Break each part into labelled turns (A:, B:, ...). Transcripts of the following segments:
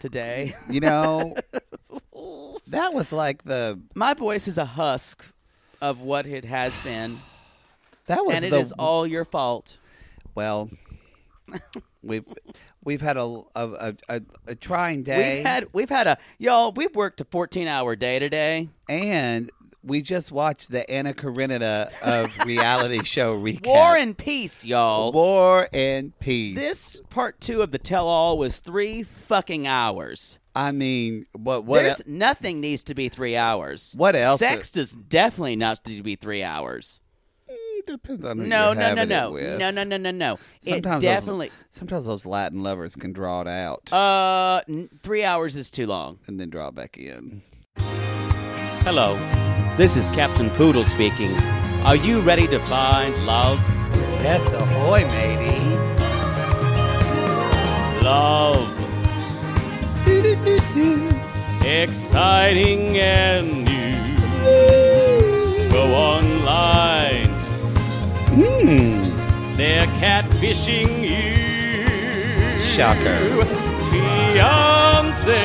A: today?
B: You know, that was like the
A: my voice is a husk of what it has been,
B: that was
A: and it
B: the
A: is all your fault.
B: well. We've we've had a a, a, a, a trying day,
A: We've had we've had a y'all. We've worked a fourteen hour day today.
B: and we just watched the Anna Karenina of reality show recap.
A: War and peace, y'all.
B: War and peace.
A: This part two of the tell all was three fucking hours.
B: I mean, what what
A: There's
B: el-
A: nothing needs to be three hours.
B: What else?
A: Sex does definitely not need to be three hours.
B: Mm, depends on who
A: No,
B: you're
A: no, no,
B: having
A: no,
B: it with.
A: no, no, no, no, no. It
B: Sometimes those-
A: definitely.
B: sometimes those Latin lovers can draw it out
A: Uh, n- three hours is too long.
B: and then draw back in.
C: Hello, this is Captain Poodle speaking. Are you ready to find love?
B: That's a hoy, matey.
C: Love. Exciting and new. Go online. They're catfishing you.
B: Shocker.
C: Fiance.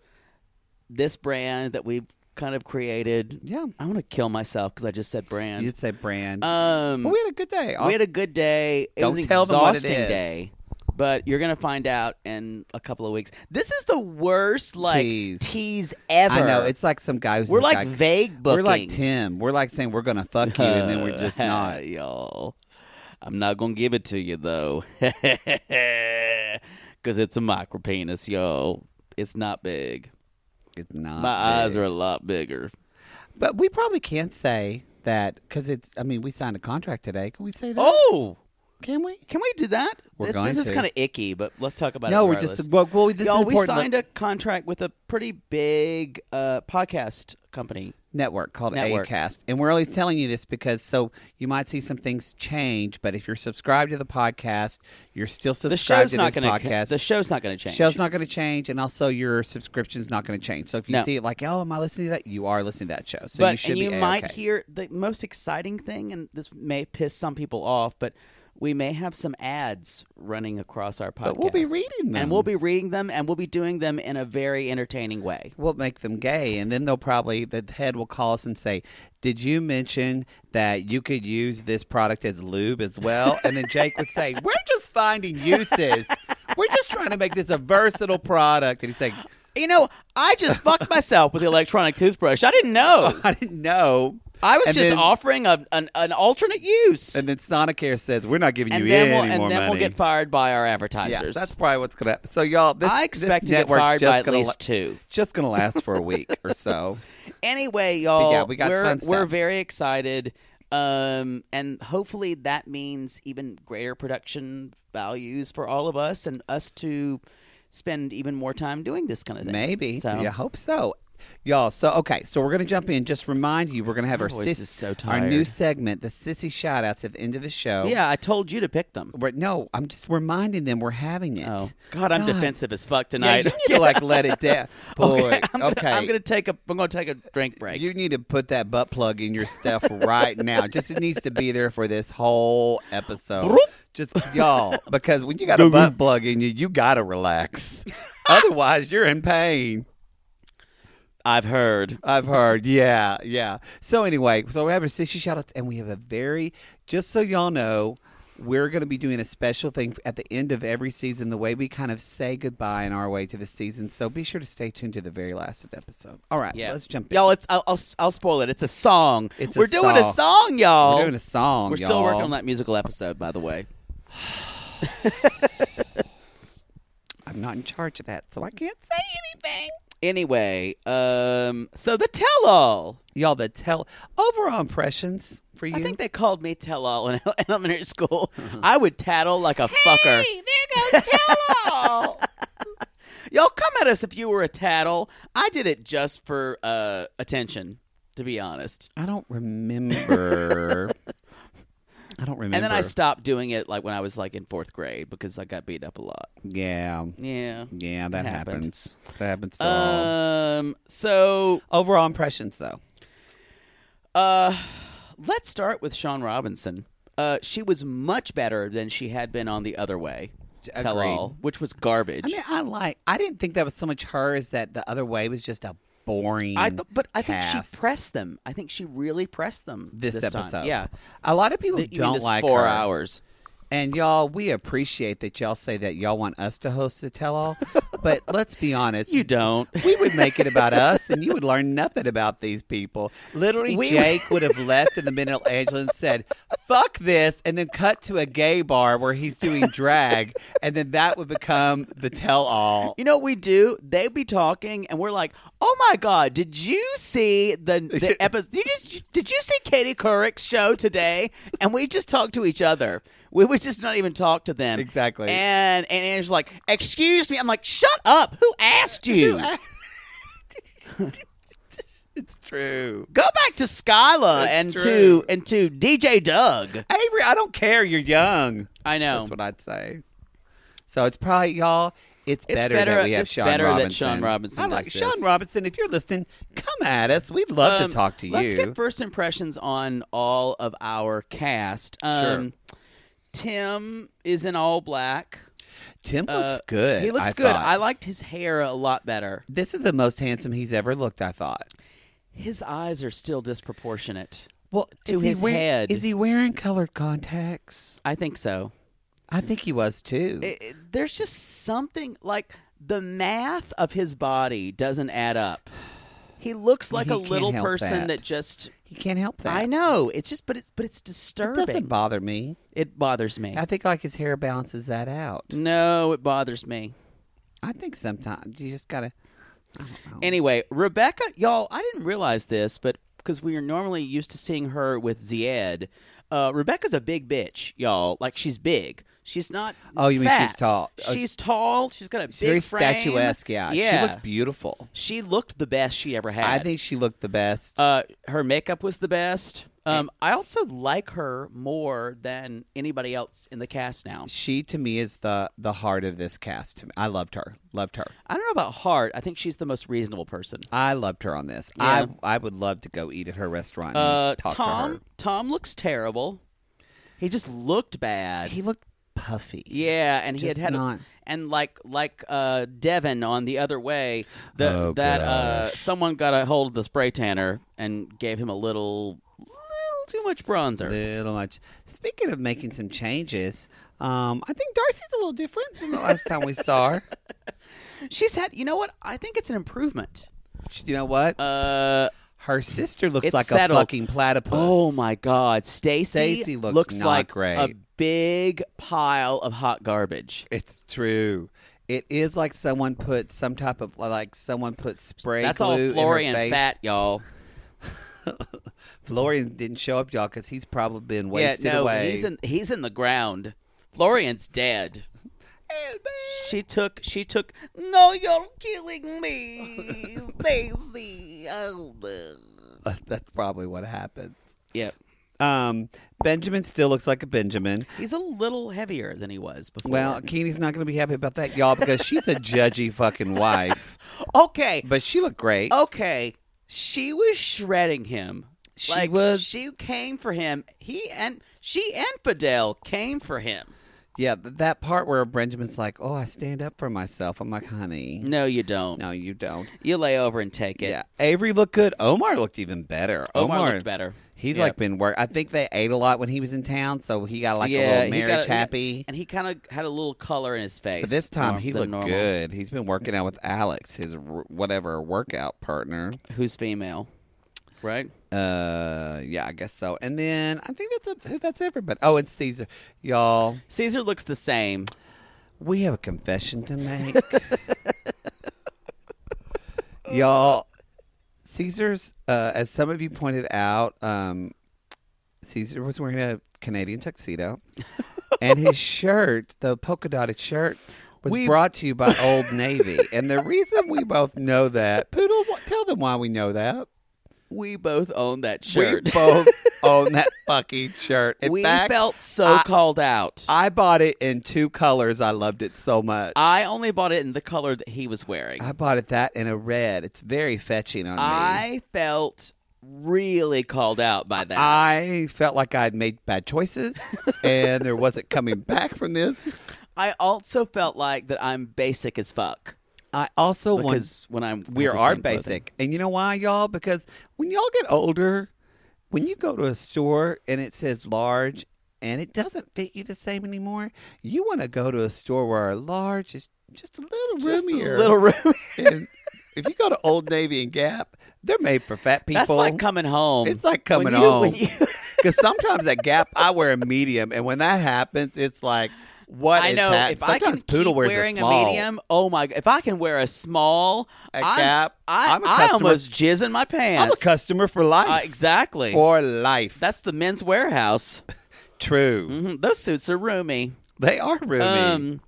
A: this brand that we've kind of created.
B: Yeah.
A: I want to kill myself because I just said brand.
B: You said brand.
A: um,
B: but we had a good day.
A: we had a good day. It
B: Don't
A: was an
B: tell them what it
A: exhausting
B: is.
A: day. But you're gonna find out in a couple of weeks. This is the worst like
B: Tease.
A: tease ever.
B: I know it's like some guy who's
A: We're
B: the
A: like
B: guy-
A: vague
B: We're like
A: booking.
B: Tim. We're like saying we're gonna fuck you, and then we're just not.
A: Uh, y'all. I'm not gonna give it to you though, because it's a micro penis, yo. It's not big.
B: It's not.
A: My
B: big.
A: eyes are a lot bigger.
B: But we probably can't say that because it's. I mean, we signed a contract today. Can we say that?
A: Oh,
B: Can we?
A: can we do that?
B: We're
A: this,
B: going
A: this is
B: to.
A: kind of icky, but let's talk about it.
B: No, we're just-
A: regardless.
B: well, well, this is
A: Y'all, we
B: important.
A: signed a contract with a pretty big uh, podcast company.
B: Network called
A: Network.
B: Acast, and we're always telling you this because so you might see some things change. But if you're subscribed to the podcast, you're still
A: The
B: subscribed
A: show's
B: to
A: not
B: this
A: going to.
B: podcast.
A: the show's not going to change.
B: Show's not going to change, and also your subscription's not going to change. So if you
A: No.
B: see it like, oh, am I listening to that? You are listening to that show. So
A: but
B: you should
A: and
B: be
A: you might
B: A-okay.
A: hear the most exciting thing, and this may piss some people off, but we may have some ads running across our podcast.
B: But we'll be reading them.
A: and we'll be reading them, and we'll be doing them in a very entertaining way.
B: We'll make them gay, and then they'll probably the head will call us and say, "Did you mention that you could use this product as lube as well?" And then Jake would say, "We're just finding uses. We're just trying to make this a versatile product." And he's like,
A: You know, I just fucked myself with the electronic toothbrush. I didn't know.
B: "I didn't know."
A: I was
B: And
A: just
B: then-
A: offering a, an, an alternate use.
B: And then Sonicare says, "We're not giving
A: and
B: you
A: then
B: any
A: we'll
B: more
A: and then
B: money."
A: we'll get fired by our
B: yeah,
A: advertisers.
B: that's probably what's gonna happen. So y'all, this,
A: I
B: this
A: expect to get
B: network's
A: fired
B: just
A: by at
B: gonna
A: least
B: la-
A: two.
B: Just gonna last for a week or so.
A: anyway, y'all,
B: yeah, we got
A: are
B: fun stuff.
A: we're very excited. Um, and hopefully that means even greater production values for all of us and us to spend even more time doing this kind of thing.
B: Maybe.
A: So,
B: I hope so. Y'all, so okay, so we're gonna jump in. Just remind you, we're gonna have
A: My
B: our
A: voice
B: sis-
A: is so
B: our new
A: tired.
B: segment, the sissy shout outs at the end of the show.
A: yeah, I told you to pick them.
B: We're- no, I'm just reminding them we're having it.
A: Oh God, I'm defensive as fuck
B: Yeah,
A: tonight.
B: you need to like let it down. Boy, okay.
A: I'm, gonna, I'm gonna take a. I'm gonna take a drink break.
B: you need to put that butt plug in your stuff right now. Just it needs to be there for this whole episode. Just y'all, because when you got a butt plug in you, you gotta relax. Otherwise, you're in pain.
A: I've heard.
B: I've heard. Yeah, yeah. So anyway, so we have our sissy shout outs and we have a very just so y'all know, we're going to be doing a special thing at the end of every season, the way we kind of say goodbye in our way to the season. So be sure to stay tuned to the very last of the episode. All right,
A: Yeah,
B: let's jump in.
A: y'all. It's I'll, I'll I'll spoil it. It's a song.
B: It's a
A: we're doing a
B: song.
A: song, y'all.
B: We're doing a song.
A: We're still working
B: y'all.
A: on that musical episode, by the way.
B: I'm not in charge of that, so I can't say anything.
A: Anyway, um, so the tell all.
B: Y'all, the tell overall impressions for you. Uh-huh.
A: I think they called me tell all in elementary school. I would tattle like a fucker.
B: there goes tell all.
A: Y'all come at us if you were a tattle. I did it just for uh, attention, to be honest.
B: I don't remember. I don't remember.
A: And then I stopped doing it like when I was like in fourth grade because I got beat up a lot.
B: Yeah.
A: Yeah.
B: Yeah, that
A: happened.
B: happens. That happens to all.
A: Um. So
B: Overall impressions, though.
A: Uh, let's start with Sean Robinson. Uh, she was much better than she had been on the other way.
B: Agreed.
A: Tell all, which was garbage.
B: I mean, I like. I didn't think that was so much her as that the other way was just a boring.
A: I th- but I think
B: cast
A: she pressed them. I think she really pressed them
B: this,
A: time.
B: episode.
A: Yeah,
B: a lot of people
A: Th- you mean
B: don't
A: this
B: like
A: four
B: her.
A: hours.
B: And y'all, we appreciate that y'all say that y'all want us to host the tell all, but let's be honest.
A: You don't.
B: We would make it about us and you would learn nothing about these people. Literally,
A: We-
B: Jake would have left in the middle, Angela, and said, fuck this, and then cut to a gay bar where he's doing drag, and then that would become the tell all.
A: You know what we do? They be talking, and we're like, "Oh my god, did you see the the episode? Did you just did you see Katie Couric's show today?" And we just talk to each other. We would just not even talk to them
B: Exactly.
A: And and Angela's like, "Excuse me," I'm like, "Shut up! Who asked you?
B: It's true.
A: Go back to Skyla
B: It's
A: and
B: true.
A: to and to DJ Doug."
B: Avery, I don't care. You're young.
A: I know.
B: That's what I'd say. So it's probably y'all. It's,
A: It's
B: better,
A: better-
B: that we have
A: it's
B: Sean
A: better that
B: Robinson.
A: Sean Robinson
B: I like
A: does
B: Sean
A: this.
B: Robinson. If you're listening, come at us. We'd love
A: Um,
B: to talk to you.
A: Let's get first impressions on all of our cast. Um, Tim is in all black.
B: Tim looks
A: Uh,
B: good.
A: He looks
B: I
A: good.
B: thought.
A: I liked his hair a lot better.
B: This is the most handsome he's ever looked. I thought.
A: His eyes are still disproportionate.
B: Well,
A: To his head.
B: Is he wearing colored contacts?
A: I think so.
B: I think he was too.
A: It- it- there's just something like the math of his body doesn't add up. He looks like
B: He
A: a
B: can't
A: little
B: help
A: person that,
B: that.
A: just.
B: He can't help that.
A: I know it's just, but it's but it's
B: It
A: disturbing.
B: doesn't bother me.
A: It bothers me.
B: I think like his hair balances that out.
A: Mm. no, it bothers me.
B: I think sometimes you just gotta. I don't know.
A: Anyway, Rebecca, y'all, I didn't realize this, but because we are normally used to seeing her with Zied, uh, Rebecca's a big bitch, y'all. Like she's big. She's not.
B: Oh, you mean she's
A: fat.
B: tall. Oh.
A: She's tall. She's got a
B: She's
A: big
B: very
A: frame.
B: statuesque. Yeah.
A: yeah.
B: she looked beautiful.
A: She looked the best she ever had.
B: I think she looked the best.
A: uh, her makeup was the best. Um, I also like her more than anybody else in the cast now.
B: she to me is the the heart of this cast. to me. I loved her. Loved her.
A: I don't know about Hart. I think she's the most reasonable person.
B: I loved her on this. I I would love to go eat at her restaurant.
A: Uh,
B: and talk
A: Tom,
B: To her.
A: Tom looks terrible. He just looked bad.
B: He looked puffy.
A: yeah, and he had
B: just
A: had
B: not-
A: and like like uh, Devin on the other way, the,
B: Oh,
A: that uh, someone got a hold of the spray tanner and gave him a little little too much bronzer.
B: Little much. Speaking of making some changes, um, I think Darcy's a little different than the last time we saw her.
A: She's had, you know what? I think it's an improvement.
B: She- You know what?
A: Uh,
B: her sister looks
A: it's
B: like
A: settled.
B: a fucking platypus.
A: Oh my God, Stacy
B: Stacey looks not
A: like a
B: great.
A: big pile of hot garbage.
B: It's true. It is like someone put some type of like someone put spray.
A: That's all
B: glue
A: Florian
B: in her face.
A: fat, y'all.
B: Florian didn't show up, y'all, because he's probably been wasted
A: yeah, no,
B: away.
A: he's in he's in the ground. Florian's dead. She took she took No, you're killing me, Daisy. Oh, no.
B: That's probably what happens.
A: Yep.
B: Um, Benjamin still looks like a Benjamin.
A: He's a little heavier than he was before.
B: Well, Keeny's not going to be happy about that, y'all, because she's a judgy fucking wife.
A: okay.
B: But she looked great.
A: okay. She was shredding him.
B: She
A: like,
B: was-
A: She came for him. He and she and Fidel came for him.
B: Yeah, th- that part where Benjamin's like, "Oh, I stand up for myself." I'm like, "Honey,
A: No, you don't.
B: no, you don't."
A: You lay over and take it.
B: Yeah, Avery looked good. Omar looked even better.
A: Omar looked better.
B: He's
A: Yeah.
B: like been work. I think they ate a lot when he was in town, so he got like a little
A: he got
B: marriage
A: he-
B: happy.
A: and he kind of had a little color in his face.
B: But this time
A: more
B: he
A: than
B: looked
A: normal.
B: good. He's been working out with Alex, his r- whatever workout partner.
A: Who's female, right?
B: Uh, yeah, I guess so. And then I think that's a, that's everybody. Oh, and Caesar, y'all.
A: Caesar looks the same.
B: We have a confession to make. Y'all, Caesar's, uh, as some of you pointed out, um, Caesar was wearing a Canadian tuxedo. and his shirt, the polka dotted shirt, was
A: We-
B: brought to you by Old Navy. and the reason we both know that, Poodle, wh- tell them why we know that.
A: We both own that shirt.
B: We both own that fucking shirt. In
A: We
B: fact,
A: felt so
B: I-
A: called out. I,
B: I bought it in two colors. I loved it so much.
A: only bought it in the color that he was wearing.
B: I
A: I,
B: bought it that in a red. It's very fetching on me.
A: felt really called out by that.
B: I felt like I'd made bad choices and there wasn't coming back from this.
A: I also felt like that I'm basic as fuck
B: I also
A: because when I'm
B: we
A: have the
B: are
A: same clothing.
B: basic. And you know why, y'all? Because when y'all get older, when you go to a store and it says large and it doesn't fit you the same anymore, you want to go to a store where a large is just a little
A: Just a
B: roomier.
A: little room.
B: and if you go to Old Navy and Gap, they're made for fat people.
A: That's like coming home.
B: It's like coming
A: Um, When you-
B: home.
A: when you-
B: Because sometimes at Gap, I wear a medium, and when that happens, it's like what
A: I
B: is
A: know
B: hap-
A: if I can
B: Sometimes
A: keep
B: poodle wears
A: wearing
B: a small.
A: medium, oh my! If I can wear a small,
B: A
A: I'm-
B: Gap,
A: I,
B: I'm a
A: I
B: customer-
A: almost jizz in my pants.
B: I'm a customer for life.
A: Uh, exactly.
B: For life.
A: That's the men's warehouse.
B: true.
A: Mhm, Those suits are roomy.
B: They are roomy.
A: Um,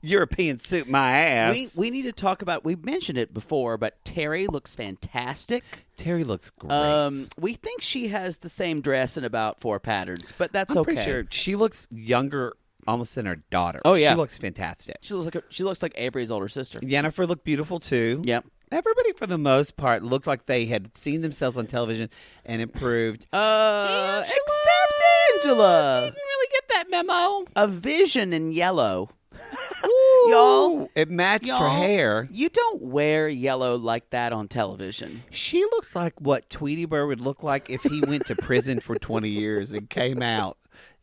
B: European suit my ass.
A: we we need to talk about. We mentioned it before, but Terry looks fantastic.
B: Terry looks great.
A: Um, we think she has the same dress in about four patterns, but that's
B: I'm
A: okay.
B: pretty sure she looks younger almost than her daughter.
A: Oh, yeah.
B: She looks fantastic.
A: She looks like a, she looks like Avery's older sister.
B: Jennifer looked beautiful too.
A: Yep.
B: Everybody, for the most part, looked like they had seen themselves on television and improved.
A: Uh,
B: Angela!
A: except Angela.
B: Didn't really get that memo.
A: a vision in yellow.
B: Y'all, it matched her
A: Y'all,
B: hair.
A: You don't wear yellow like that on television.
B: She looks like what Tweety Bird would look like if he went to prison for 20 years and came out.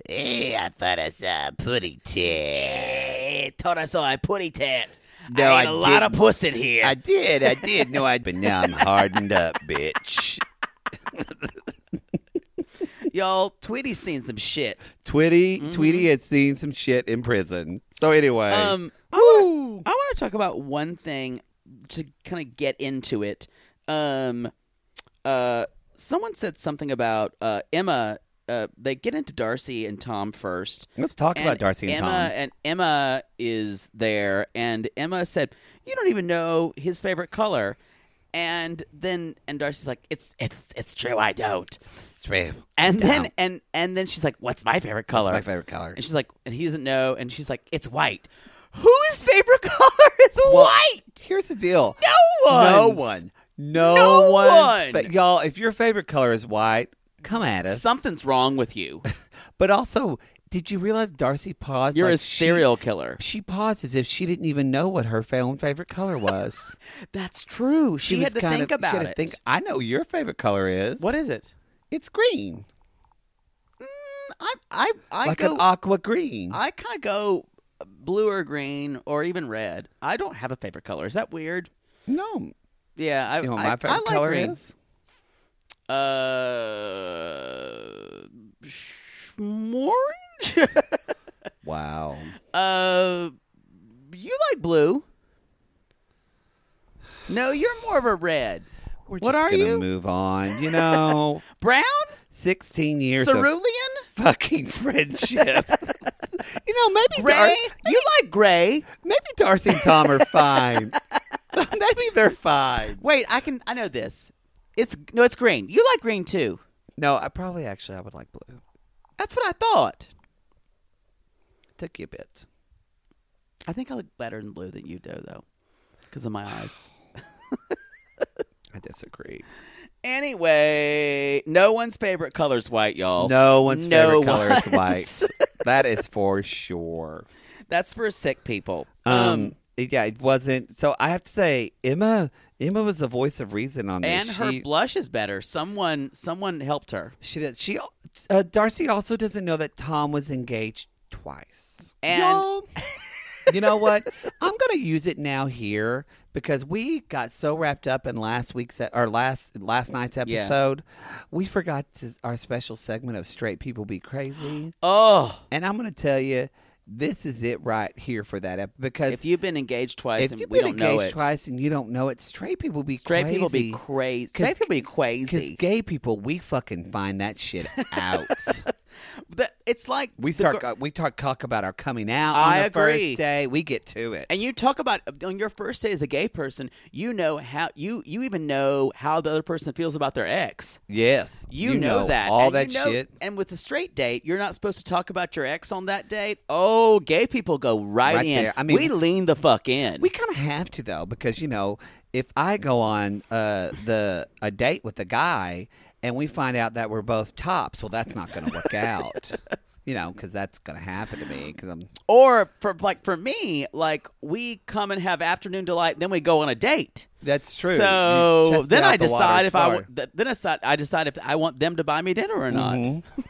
B: Hey, I thought I saw a putty tit.
A: Thought I saw a putty tat.
B: No,
A: I ate
B: I
A: a lot of
B: didn't.
A: puss in here.
B: I did, I did. No, I. But now I'm hardened up, bitch.
A: Y'all, Tweety's seen some shit.
B: Tweety, Tweety had seen some shit in prison. So anyway,
A: Um, I want to talk about one thing to kind of get into it. Um, uh, someone said something about uh, Emma. Uh, they get into Darcy and Tom first.
B: let's talk about Darcy and
A: Emma,
B: Tom.
A: And Emma is there, and Emma said, "You don't even know his favorite color." And then, and Darcy's like, "It's it's it's true, I don't." And then and and then she's like, "What's my favorite color?"
B: my favorite color?
A: And she's like, and he doesn't know. And she's like, "It's white." Whose favorite color is white?
B: Here's the deal.
A: No one.
B: No one. No,
A: No
B: one's
A: one.
B: fa- y'all, if your favorite color is white, come at us.
A: Something's wrong with you.
B: But also, did you realize Darcy paused?
A: You're
B: like
A: a
B: she-
A: serial killer.
B: She paused as if she didn't even know what her fa- own favorite color was.
A: That's true. She,
B: was
A: had to
B: kind
A: think
B: of-
A: about
B: she had
A: it.
B: To think, I know your favorite color is.
A: what is it?
B: It's green,
A: I I I
B: like
A: go
B: an aqua green.
A: I kind of go blue or green or even red. I don't have a favorite color. Is that weird?
B: no,
A: Yeah, I,
B: you know what
A: I,
B: my favorite
A: I like
B: color
A: green.
B: is.
A: Uh, sh- orange.
B: Wow.
A: uh, you like blue? No, you're more of a red.
B: We're
A: What
B: just
A: are
B: gonna
A: you?
B: move on. You know,
A: Brown?
B: sixteen years
A: Cerulean?
B: of fucking friendship. you know, maybe Dar-
A: Gray? You like gray?
B: maybe Darcy and Tom are fine. maybe they're fine.
A: Wait, I can. I know this. It's no, it's green. You like green too.
B: No, I probably actually I would like blue.
A: That's what I thought.
B: Took you a bit.
A: I think I look better in blue than you do, though, because of my eyes.
B: I disagree.
A: Anyway, no one's favorite color's white, y'all.
B: No one's
A: No
B: favorite color is
A: one's.
B: white. that is for sure.
A: That's for sick people.
B: Um, yeah, it wasn't. So I have to say, Emma, Emma was the voice of reason on this.
A: and her
B: she,
A: blush is better. Someone, someone helped her.
B: she does. She uh, Darcy also doesn't know that Tom was engaged twice.
A: And-
B: Y'all, you know what? I'm gonna use it now here because we got so wrapped up in last week's e- or last last night's episode, we forgot to, our special segment of straight people be crazy.
A: Oh,
B: And I'm going to tell you, this is it right here for that ep- because
A: if you've been engaged twice
B: if
A: and
B: you've
A: we
B: been
A: don't know
B: engaged
A: it,
B: twice and you don't know it, straight people be
A: straight
B: crazy.
A: people be crazy.
B: 'Cause-
A: Straight people be
B: Because
A: crazy.
B: gay people, we fucking find that shit out.
A: That- it's like
B: we
A: the
B: start
A: gir-
B: we talk talk about our coming out
A: I
B: on the
A: agree.
B: first day. We get to it.
A: and you talk about on your first day as a gay person. You know how you you even know how the other person feels about their ex.
B: yes,
A: You, know, that
B: all
A: and
B: that
A: you know-
B: shit.
A: And with a straight date, you're not supposed to talk about your ex on that date. Oh, gay people go right,
B: Right
A: in.
B: there. I mean-
A: we lean the fuck in.
B: We kind of have to though, because you know, if I go on uh, the a date with a guy and we find out that we're both tops, well, that's not going to work out. You know, because that's going to happen to me. Because I'm
A: or for like for me, like we come and have afternoon delight, then we go on a date.
B: that's true. You
A: So
B: tested
A: then
B: out
A: I
B: the waters
A: decide if I
B: for
A: w- th- then I decide, I decide if I want them to buy me dinner or not.
B: Mm-hmm.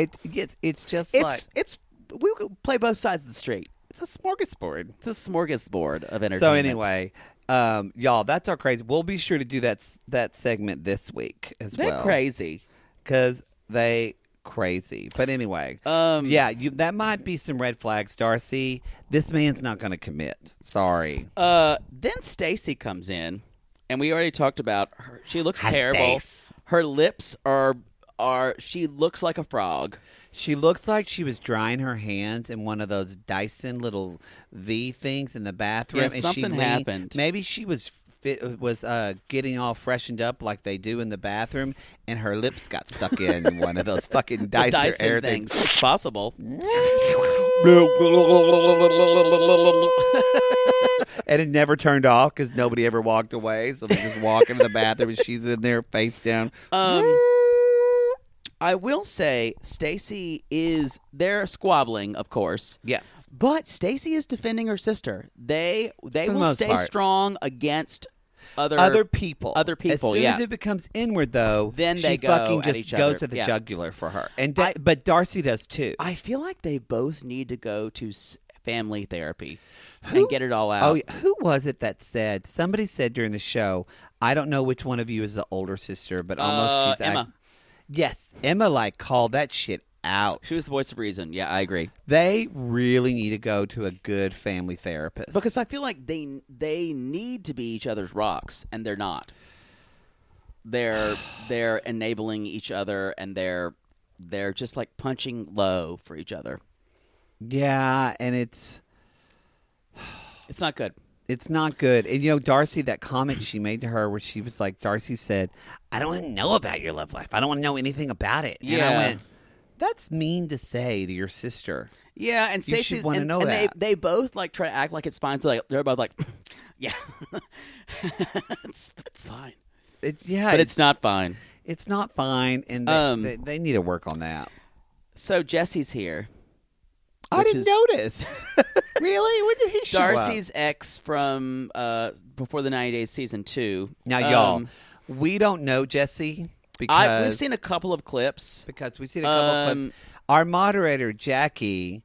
B: it. It- it's it's just
A: It's
B: like
A: it's we could play both sides of the street.
B: it's a smorgasbord.
A: It's a smorgasbord of entertainment.
B: So anyway, um, y'all, that's our crazy. We'll be sure to do that s- that segment this week as
A: they're
B: well.
A: crazy.
B: because they crazy. But anyway,
A: Um,
B: yeah, you, that might be some red flags, Darcy. This man's not going to commit. Sorry,
A: Uh, then Stacy comes in, and we already talked about her. She looks
B: Hi,
A: terrible.
B: Stace.
A: Her lips are are. She looks like a frog.
B: she looks like she was drying her hands in one of those Dyson little V things in the bathroom,
A: Yeah,
B: and she
A: something
B: leaned-
A: happened.
B: Maybe she was. Fit, was uh, getting all freshened up like they do in the bathroom, and her lips got stuck in one of those fucking
A: The
B: Dyson, air things.
A: It's possible.
B: and it never turned off because nobody ever walked away. So they just walk into the bathroom and she's in there face down.
A: Um, I will say Stacy is they're squabbling, of course.
B: Yes.
A: But Stacy is defending her sister. They they
B: For the
A: will
B: most
A: stay
B: part.
A: strong against other
B: Other people,
A: Other people,
B: As soon
A: yeah.
B: as it becomes inward, though,
A: Then
B: she
A: they go
B: fucking
A: at
B: just
A: each
B: goes
A: other.
B: to the
A: Yeah.
B: jugular for her. And da- but Darcy does too.
A: I feel like they both need to go to s- family therapy and get it all out.
B: Oh, yeah. who was it that said? Somebody said during the show, I don't know which one of you is the older sister, but almost
A: Uh,
B: she's act-
A: Emma.
B: yes, Emma like called that shit out.
A: She was the voice of reason. Yeah, I agree.
B: they really need to go to a good family therapist
A: Because I feel like they they need to be each other's rocks, and they're not. They're they're enabling each other, and they're they're just like punching low for each other.
B: yeah, and it's
A: It's not good.
B: It's not good. And you know, Darcy, that comment she made to her where she was like, Darcy said, I don't want to know about your love life. I don't want to know anything about it. And I
A: Yeah.
B: went, That's mean to say to your sister.
A: Yeah, and
B: You should
A: Stacey
B: wanna
A: and,
B: know
A: and they
B: that.
A: they both like try to act like it's fine. So like they're both like, yeah, it's, it's fine,
B: It's yeah,
A: but it's not fine.
B: it's not fine and they,
A: Um,
B: they, they need to work on that.
A: So Jesse's here.
B: I
A: which
B: didn't
A: is-
B: notice. really? When did he show up?
A: Darcy's ex from uh, before the 90 Days season two.
B: Now
A: Um,
B: y'all, we don't know Jesse because
A: I, we've seen a couple of clips.
B: because we've seen a couple of
A: Um,
B: clips. Our moderator, Jackie,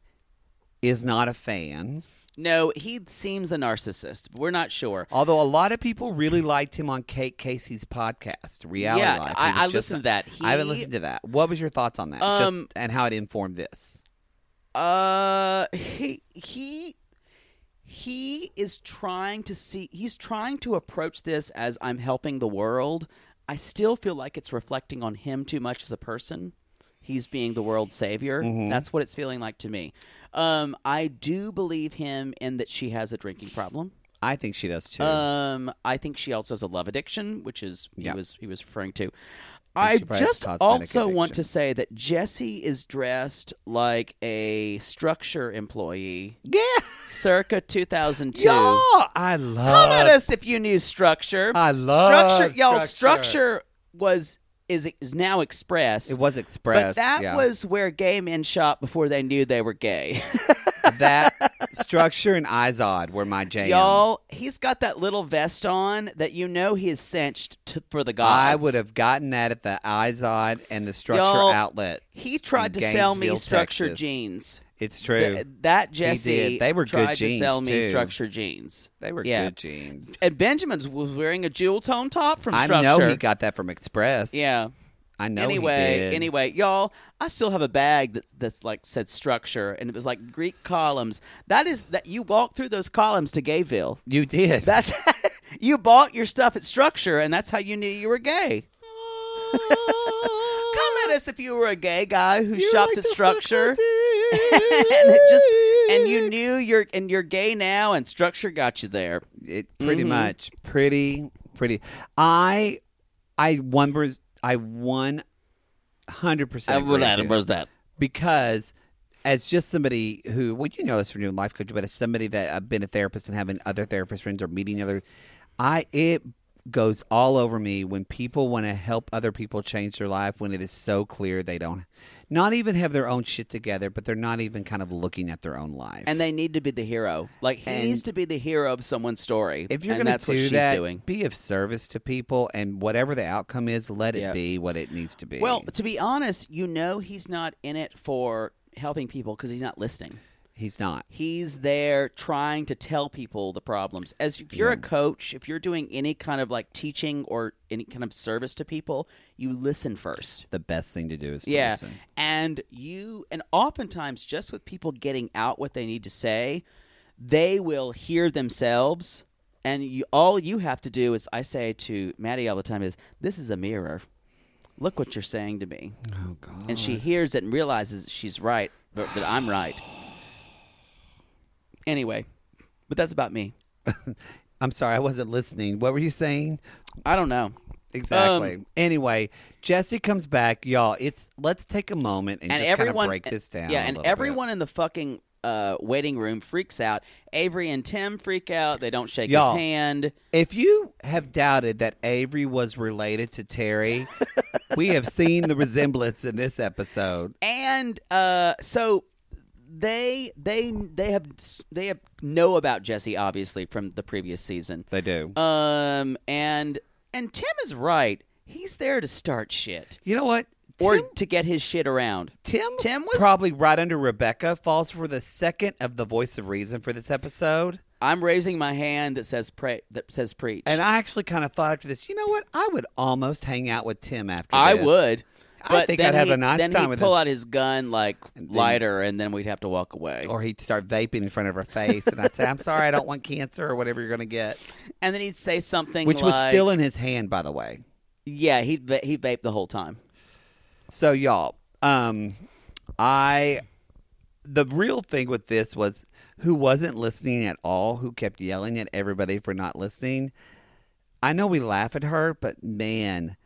B: is not a fan.
A: No, he seems a narcissist. But we're not sure.
B: Although a lot of people really liked him on Kate Casey's podcast, Reality
A: Yeah,
B: Life.
A: I-
B: It was
A: I
B: just-
A: listened to that.
B: I haven't
A: He-
B: listened to that. What was your thoughts on that? Just-
A: Um,
B: and how it informed this?
A: Uh, he he he is trying to see. He's trying to approach this as I'm helping the world. I still feel like it's reflecting on him too much as a person. He's being the world's savior. That's what it's feeling like to me. Um, I do believe him in that she has a drinking problem.
B: I think she does too.
A: Um, I think she also has a love addiction, which is he
B: Yeah.
A: was he was referring to. I
B: she probably has
A: just
B: cosmetic
A: also want
B: addiction.
A: to say that Jesse is dressed like a structure employee,
B: yeah.
A: circa 2002.
B: Y'all, I
A: Come at
B: love
A: us if you knew Uh, structure.
B: I love
A: structure. Y'all,
B: Structure.
A: structure was is is now express.
B: it. Was
A: But
B: expressed.
A: that
B: yeah.
A: was where gay men shot before they knew they were gay.
B: that structure and Izod were my jam.
A: Y'all, he's got that little vest on that you know he is cinched to, for the gods.
B: I would have gotten that at the Izod and the structure
A: Y'all,
B: outlet.
A: He
B: in
A: tried to sell me
B: Gainesville,
A: structured
B: Texas.
A: jeans.
B: It's true.
A: Th- that
B: did.
A: Jesse,
B: They were good
A: tried to
B: jeans,
A: sell me
B: too.
A: structured jeans.
B: they were
A: yeah.
B: good jeans.
A: And Benjamin's was wearing a jewel tone top from
B: I
A: Structure.
B: know he got that from Express.
A: Yeah.
B: I know. he
A: anyway,
B: did.
A: anyway, y'all, I still have a bag that's that's like said Structure, and it was like Greek columns. That is that you walk through those columns to Gayville.
B: you did.
A: That's you bought your stuff at Structure, and that's how you knew you were gay. Come at us if you were a gay guy who shopped at Structure. and it just and you knew you're and you're gay now and structure got you there
B: it
A: Mm-hmm.
B: pretty much pretty pretty i i one pers- i one hundred percent
A: that
B: because as just somebody who well you know this from doing life coaching but as somebody that i've been a therapist and having other therapist friends or meeting other i it goes all over me when people want to help other people change their life when it is so clear they don't not even have their own shit together but they're not even kind of looking at their own life
A: and they need to be the hero like he
B: And-
A: needs to be the hero of someone's story
B: if you're
A: and
B: going to
A: that's
B: do
A: what she's
B: that,
A: doing
B: be of service to people, and whatever the outcome is, let it
A: Yeah.
B: be what it needs to be.
A: well to be honest you know he's not in it for helping people because he's not listening
B: he's not.
A: he's there trying to tell people the problems as if you're a coach if you're doing any kind of like teaching or any kind of service to people you listen first
B: The best thing to do is to
A: Yeah.
B: listen.
A: And you and oftentimes just with people getting out what they need to say, they will hear themselves and you, all you have to do is I say to Maddie all the time is this is a mirror. Look what you're saying to me. Oh god. And she hears it and realizes she's right, but that I'm right. Anyway, but that's about me.
B: I'm sorry, I wasn't listening. What were you saying?
A: I don't know.
B: Exactly. anyway, Jesse comes back, y'all. It's let's take a moment and,
A: and
B: just
A: everyone
B: kind of break this down.
A: Yeah,
B: a
A: and
B: little
A: everyone in the fucking uh, waiting room freaks out. Avery and Tim freak out. They don't shake
B: Y'all.
A: his hand.
B: bit. If you have doubted that Avery was related to Terry, we have seen the resemblance in this episode.
A: And uh, so they they they have they have know about Jesse obviously from the previous season.
B: They do.
A: Um and and Tim is right. He's there to start shit.
B: You know what?
A: or
B: Tim-
A: to get his shit around.
B: Tim,
A: Tim was.
B: probably right under Rebecca. Falls for the second of the voice of reason for this episode.
A: I'm raising my hand that says pray that says preach,
B: And I actually kind of thought after this, you know what? I would almost hang out with Tim after.
A: I
B: this.
A: would.
B: I
A: But
B: think
A: then
B: I'd have
A: he'd-
B: a nice
A: then
B: time
A: he'd
B: with
A: pull
B: him.
A: out his gun like lighter, and then we'd have to walk away.
B: or he'd start vaping in front of her face, and I'd say, "I'm sorry, I don't want cancer or whatever you're going to get,"
A: and then he'd say something
B: which was
A: like-
B: still in his hand, by the way.
A: yeah he va- he vaped the whole time.
B: So y'all, um, I the real thing with this was who wasn't listening at all, who kept yelling at everybody for not listening. I know we laugh at her, but man,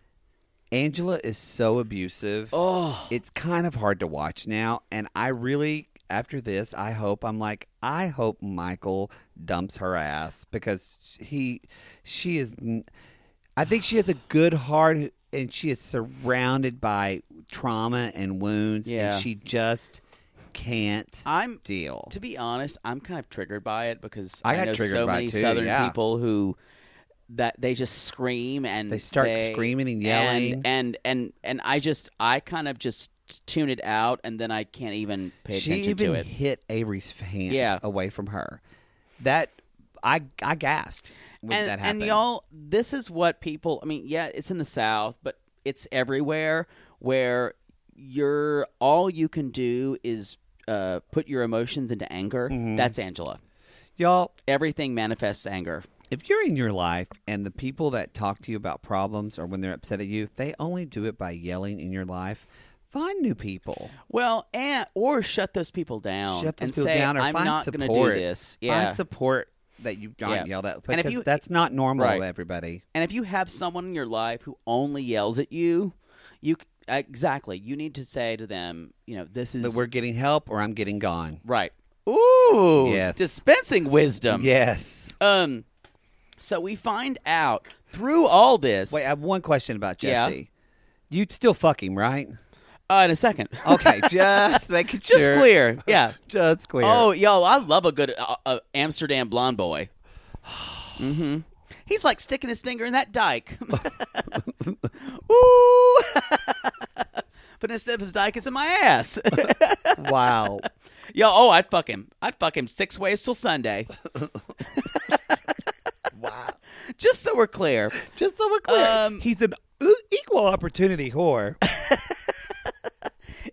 B: Angela is so abusive. Oh, it's kind of hard to watch now, and I really after this, I hope I'm like I hope Michael dumps her ass because he she is n- I think she has a good heart and she is surrounded by trauma and wounds
A: Yeah.
B: and she just can't
A: I'm
B: deal.
A: To be honest, I'm kind of triggered by it because
B: I
A: I,
B: got
A: know
B: triggered
A: so
B: by it
A: many
B: too,
A: Southern
B: yeah.
A: people who that they just scream and
B: They start screaming and yelling.
A: and and and, and I just I kind of just tune it out, and then I can't even pay
B: she
A: attention
B: even
A: to it.
B: hit Avery's hand
A: Yeah.
B: away from her. That I I gasped when
A: and,
B: that happened.
A: And y'all, this is what people. I mean, yeah, it's in the South, but it's everywhere where you're all you can do is uh, put your emotions into anger.
B: Mm-hmm.
A: That's Angela.
B: y'all,
A: Everything manifests anger.
B: if you're in your life and the people that talk to you about problems or when they're upset at you, they only do it by yelling in your life. Find new people.
A: Well, and or shut those people down
B: Shut those
A: and
B: people
A: say,
B: down or
A: "I'm
B: find
A: not gonna
B: support.
A: do this." Yeah,
B: Find support that you aren't
A: Yeah.
B: yelled at because
A: And if you-
B: that's not normal
A: Right.
B: everybody.
A: and if you have someone in your life who only yells at you, you c- exactly you need to say to them, you know, this is
B: That we're getting help or I'm getting gone.
A: right. Ooh,
B: Yes.
A: dispensing wisdom.
B: Yes.
A: Um, so we find out through all this.
B: Wait, I have one question about
A: Yeah.
B: Jesse. You'd still fuck him, right?
A: uh, in a second.
B: Okay, just making
A: just
B: sure.
A: clear. Yeah.
B: Just clear.
A: Oh, yo, I love a good uh, uh, Amsterdam blonde boy. Mm-hmm. hmm He's like sticking his finger in that dike. Ooh. but instead of his dike, it's in my ass.
B: wow.
A: yo, oh, I'd fuck him. I'd fuck him six ways till Sunday.
B: wow.
A: Just so we're clear.
B: Just so we're clear.
A: Um,
B: He's an e- equal opportunity whore.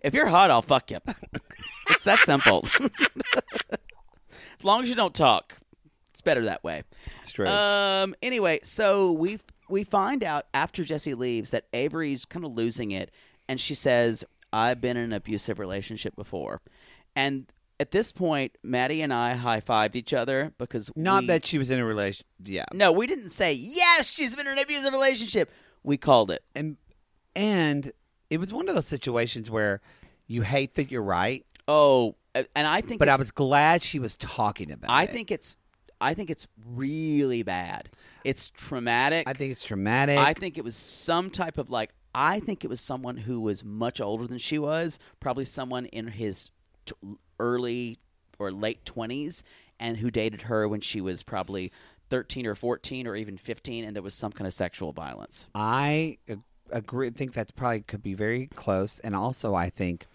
A: If you're hot, I'll fuck you. it's that simple. as long as you don't talk, it's better that way.
B: It's true.
A: Um. Anyway, so we we find out after Jesse leaves that Avery's kind of losing it, and she says, "I've been in an abusive relationship before," and at this point, Maddie and I high fived each other because
B: Not
A: we,
B: that she was in a relation. Yeah.
A: no, we didn't say yes. She's been in an abusive relationship. We called it.
B: And and it was one of those situations where you hate that you're right,
A: Oh, and I think.
B: but I
A: it's-
B: was glad she was talking about
A: I
B: it.
A: think it's I think it's really bad. It's traumatic.
B: I think it's traumatic.
A: I think it was some type of like I think it was someone who was much older than she was, probably someone in his t- early or late 20s and who dated her when she was probably 13 or 14 or even 15 and there was some kind of sexual violence.
B: I ag- agree. Think that's probably could be very close, and also I think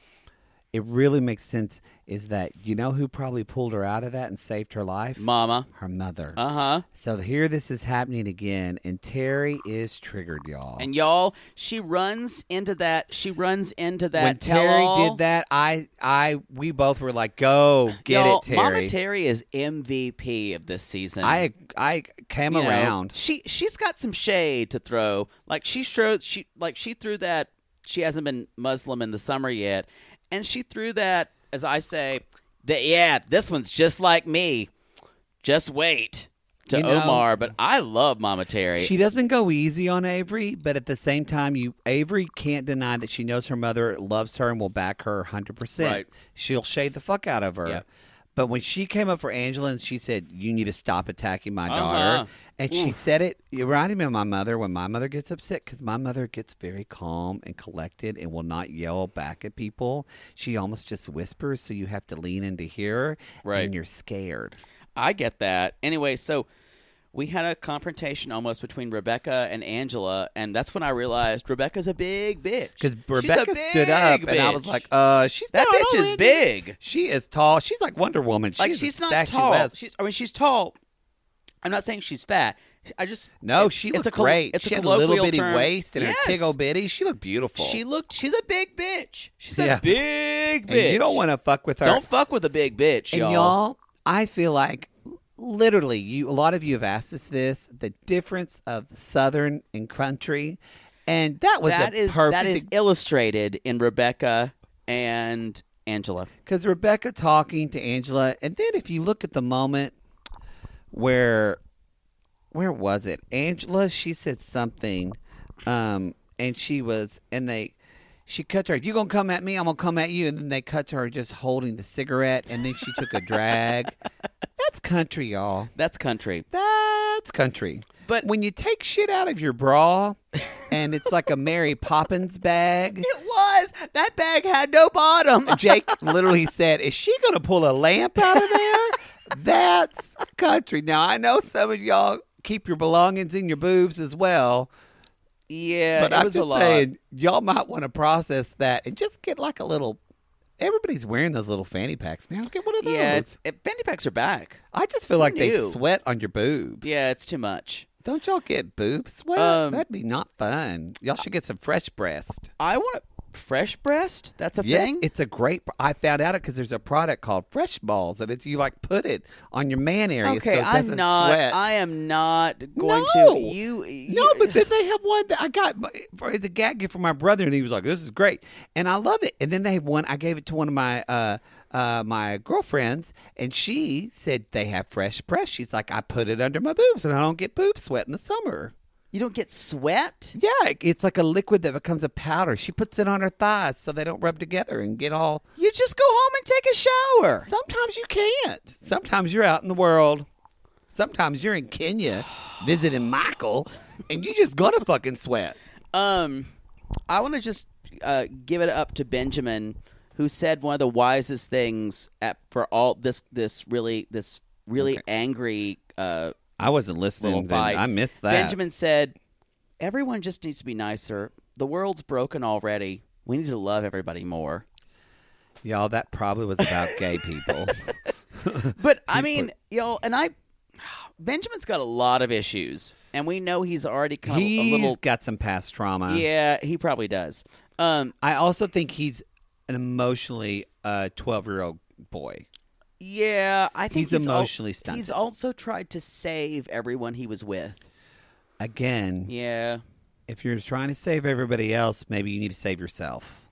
B: it really makes sense. Is that you know who probably pulled her out of that and saved her life?
A: Mama.
B: her mother.
A: Uh-huh.
B: So here this is happening again, and Terry is triggered, y'all.
A: And y'all, she runs into that she runs into that
B: when Terry
A: tell-all.
B: did that, I, I, we both were like, "Go get
A: Y'all,
B: it, Terry."
A: Mama Terry is MVP of this season.
B: I, I came
A: you know,
B: around.
A: she she's got some shade to throw. Like she throw she like she threw that she hasn't been Muslim in the summer yet, and she threw that as I say that yeah this one's just like me. Just wait to
B: You know-
A: Omar, but I love Mama Terry.
B: She doesn't go easy on Avery, but at the same time, you Avery can't deny that she knows her mother loves her and will back her 100%.
A: Right.
B: She'll shade the fuck out of her.
A: Yeah.
B: But when she came up for Angela and she said, You need to stop attacking my
A: Uh-huh.
B: daughter. And she said it, it reminded me of my mother when my mother gets upset because my mother gets very calm and collected and will not yell back at people. She almost just whispers, so you have to lean in to hear her.
A: Right.
B: And you're scared.
A: I get that. Anyway, so we had a confrontation almost between Rebecca and Angela, and that's when I realized Rebecca's a big bitch.
B: Because
A: She's a
B: Rebecca stood up,
A: big
B: and I was
A: bitch.
B: like, "Uh, she's
A: That
B: not
A: bitch
B: all
A: is
B: in it.
A: big.
B: She is tall. She's like Wonder Woman. She
A: like
B: is a
A: she's not
B: statuesque.
A: tall. She's I mean she's tall. I'm not saying she's fat. I just
B: no,
A: it-
B: she
A: it's
B: looked
A: a col-
B: great.
A: It's
B: she
A: a
B: had a little
A: colloquial
B: bitty
A: term.
B: waist and
A: Yes.
B: her tiggle bitty. She looked beautiful.
A: She looked. She's a big bitch. She's
B: Yeah.
A: a big bitch.
B: And you don't want to fuck with her.
A: Don't fuck with a big bitch,
B: and
A: y'all.
B: y'all. I feel like literally you. A lot of you have asked us this: the difference of Southern and country, and that was
A: That
B: a
A: is
B: perfect
A: that is illustrated in Rebecca and Angela.
B: because Rebecca talking to Angela, and then if you look at the moment where where was it? Angela, she said something, um, and she was, and they. She cut to her. You gonna come at me? I'm gonna come at you. And then they cut to her just holding the cigarette, and then she took a drag. That's country, y'all.
A: That's country.
B: That's country.
A: But-
B: when you take shit out of your bra, and it's like a Mary Poppins bag,
A: It was that bag had no bottom.
B: Jake literally said, "Is she going to pull a lamp out of there?" That's country. Now I know some of y'all keep your belongings in your boobs as well,
A: Yeah,
B: but
A: it
B: I'm
A: was
B: just
A: a lot.
B: saying y'all might want to process that and just get like a little. Everybody's wearing those little fanny packs now. Get one of those.
A: yeah, it's, it, fanny packs are back.
B: I just feel like
A: knew?
B: they sweat on your boobs.
A: Yeah, it's too much.
B: Don't y'all get boob sweat?
A: Um,
B: That'd be not fun. Y'all should get some fresh breast.
A: I want a fresh breast. That's a thing.
B: it's a great. pr- I found out it because there's a product called Fresh Balls, and it's you like put it on your man area. so
A: okay,
B: it
A: I'm
B: doesn't
A: not.
B: Sweat.
A: I am not going
B: no.
A: to. You, you
B: no, but then they have one that I got for the gag gift for my brother, and he was like, "This is great," and I love it. And then they have one. I gave it to one of my uh, uh, my girlfriends, and she said they have Fresh Press. She's like, "I put it under my boobs, and I don't get boob sweat in the summer."
A: you don't get sweat.
B: Yeah, it- it's like a liquid that becomes a powder. She puts it on her thighs so they don't rub together and get all
A: You just go home and take a shower.
B: Sometimes you can't. Sometimes you're out in the world. Sometimes you're in Kenya visiting Michael, and you just gonna fucking sweat.
A: Um, I want to just uh, give it up to Benjamin, who said one of the wisest things at, for all this this really this really angry uh,
B: I wasn't
A: little
B: listening. then.
A: fight.
B: I missed that.
A: Benjamin said, "Everyone just needs to be nicer. The world's broken already. We need to love everybody more."
B: y'all, that probably was about gay people.
A: But I mean, yo, and I, Benjamin's got a lot of issues, and we know he's already kind of a
B: He's
A: little.
B: got some past trauma.
A: Yeah, he probably does. Um,
B: I also think he's an emotionally twelve year old boy.
A: yeah, I think
B: He's
A: he's al-
B: emotionally stunted.
A: He's also tried to save everyone he was with.
B: Again,
A: Yeah.
B: if you're trying to save everybody else, maybe you need to save yourself.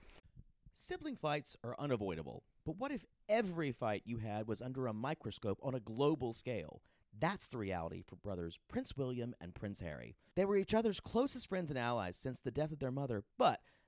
D: Sibling fights are unavoidable, but what if every fight you had was under a microscope on a global scale? That's the reality for brothers Prince William and Prince Harry. They were each other's closest friends and allies since the death of their mother, but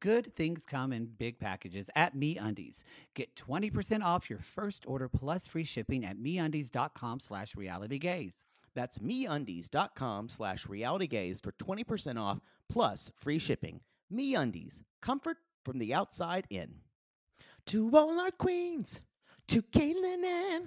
B: good things come in big packages at MeUndies. Get 20% off your first order plus free shipping at MeUndies.com slash realitygaze.
A: That's meundies.com slash realitygaze for 20% off plus free shipping. MeUndies, comfort from the outside in. To all our queens, to Caitlin and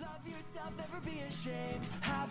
E: Love yourself, never be ashamed. Have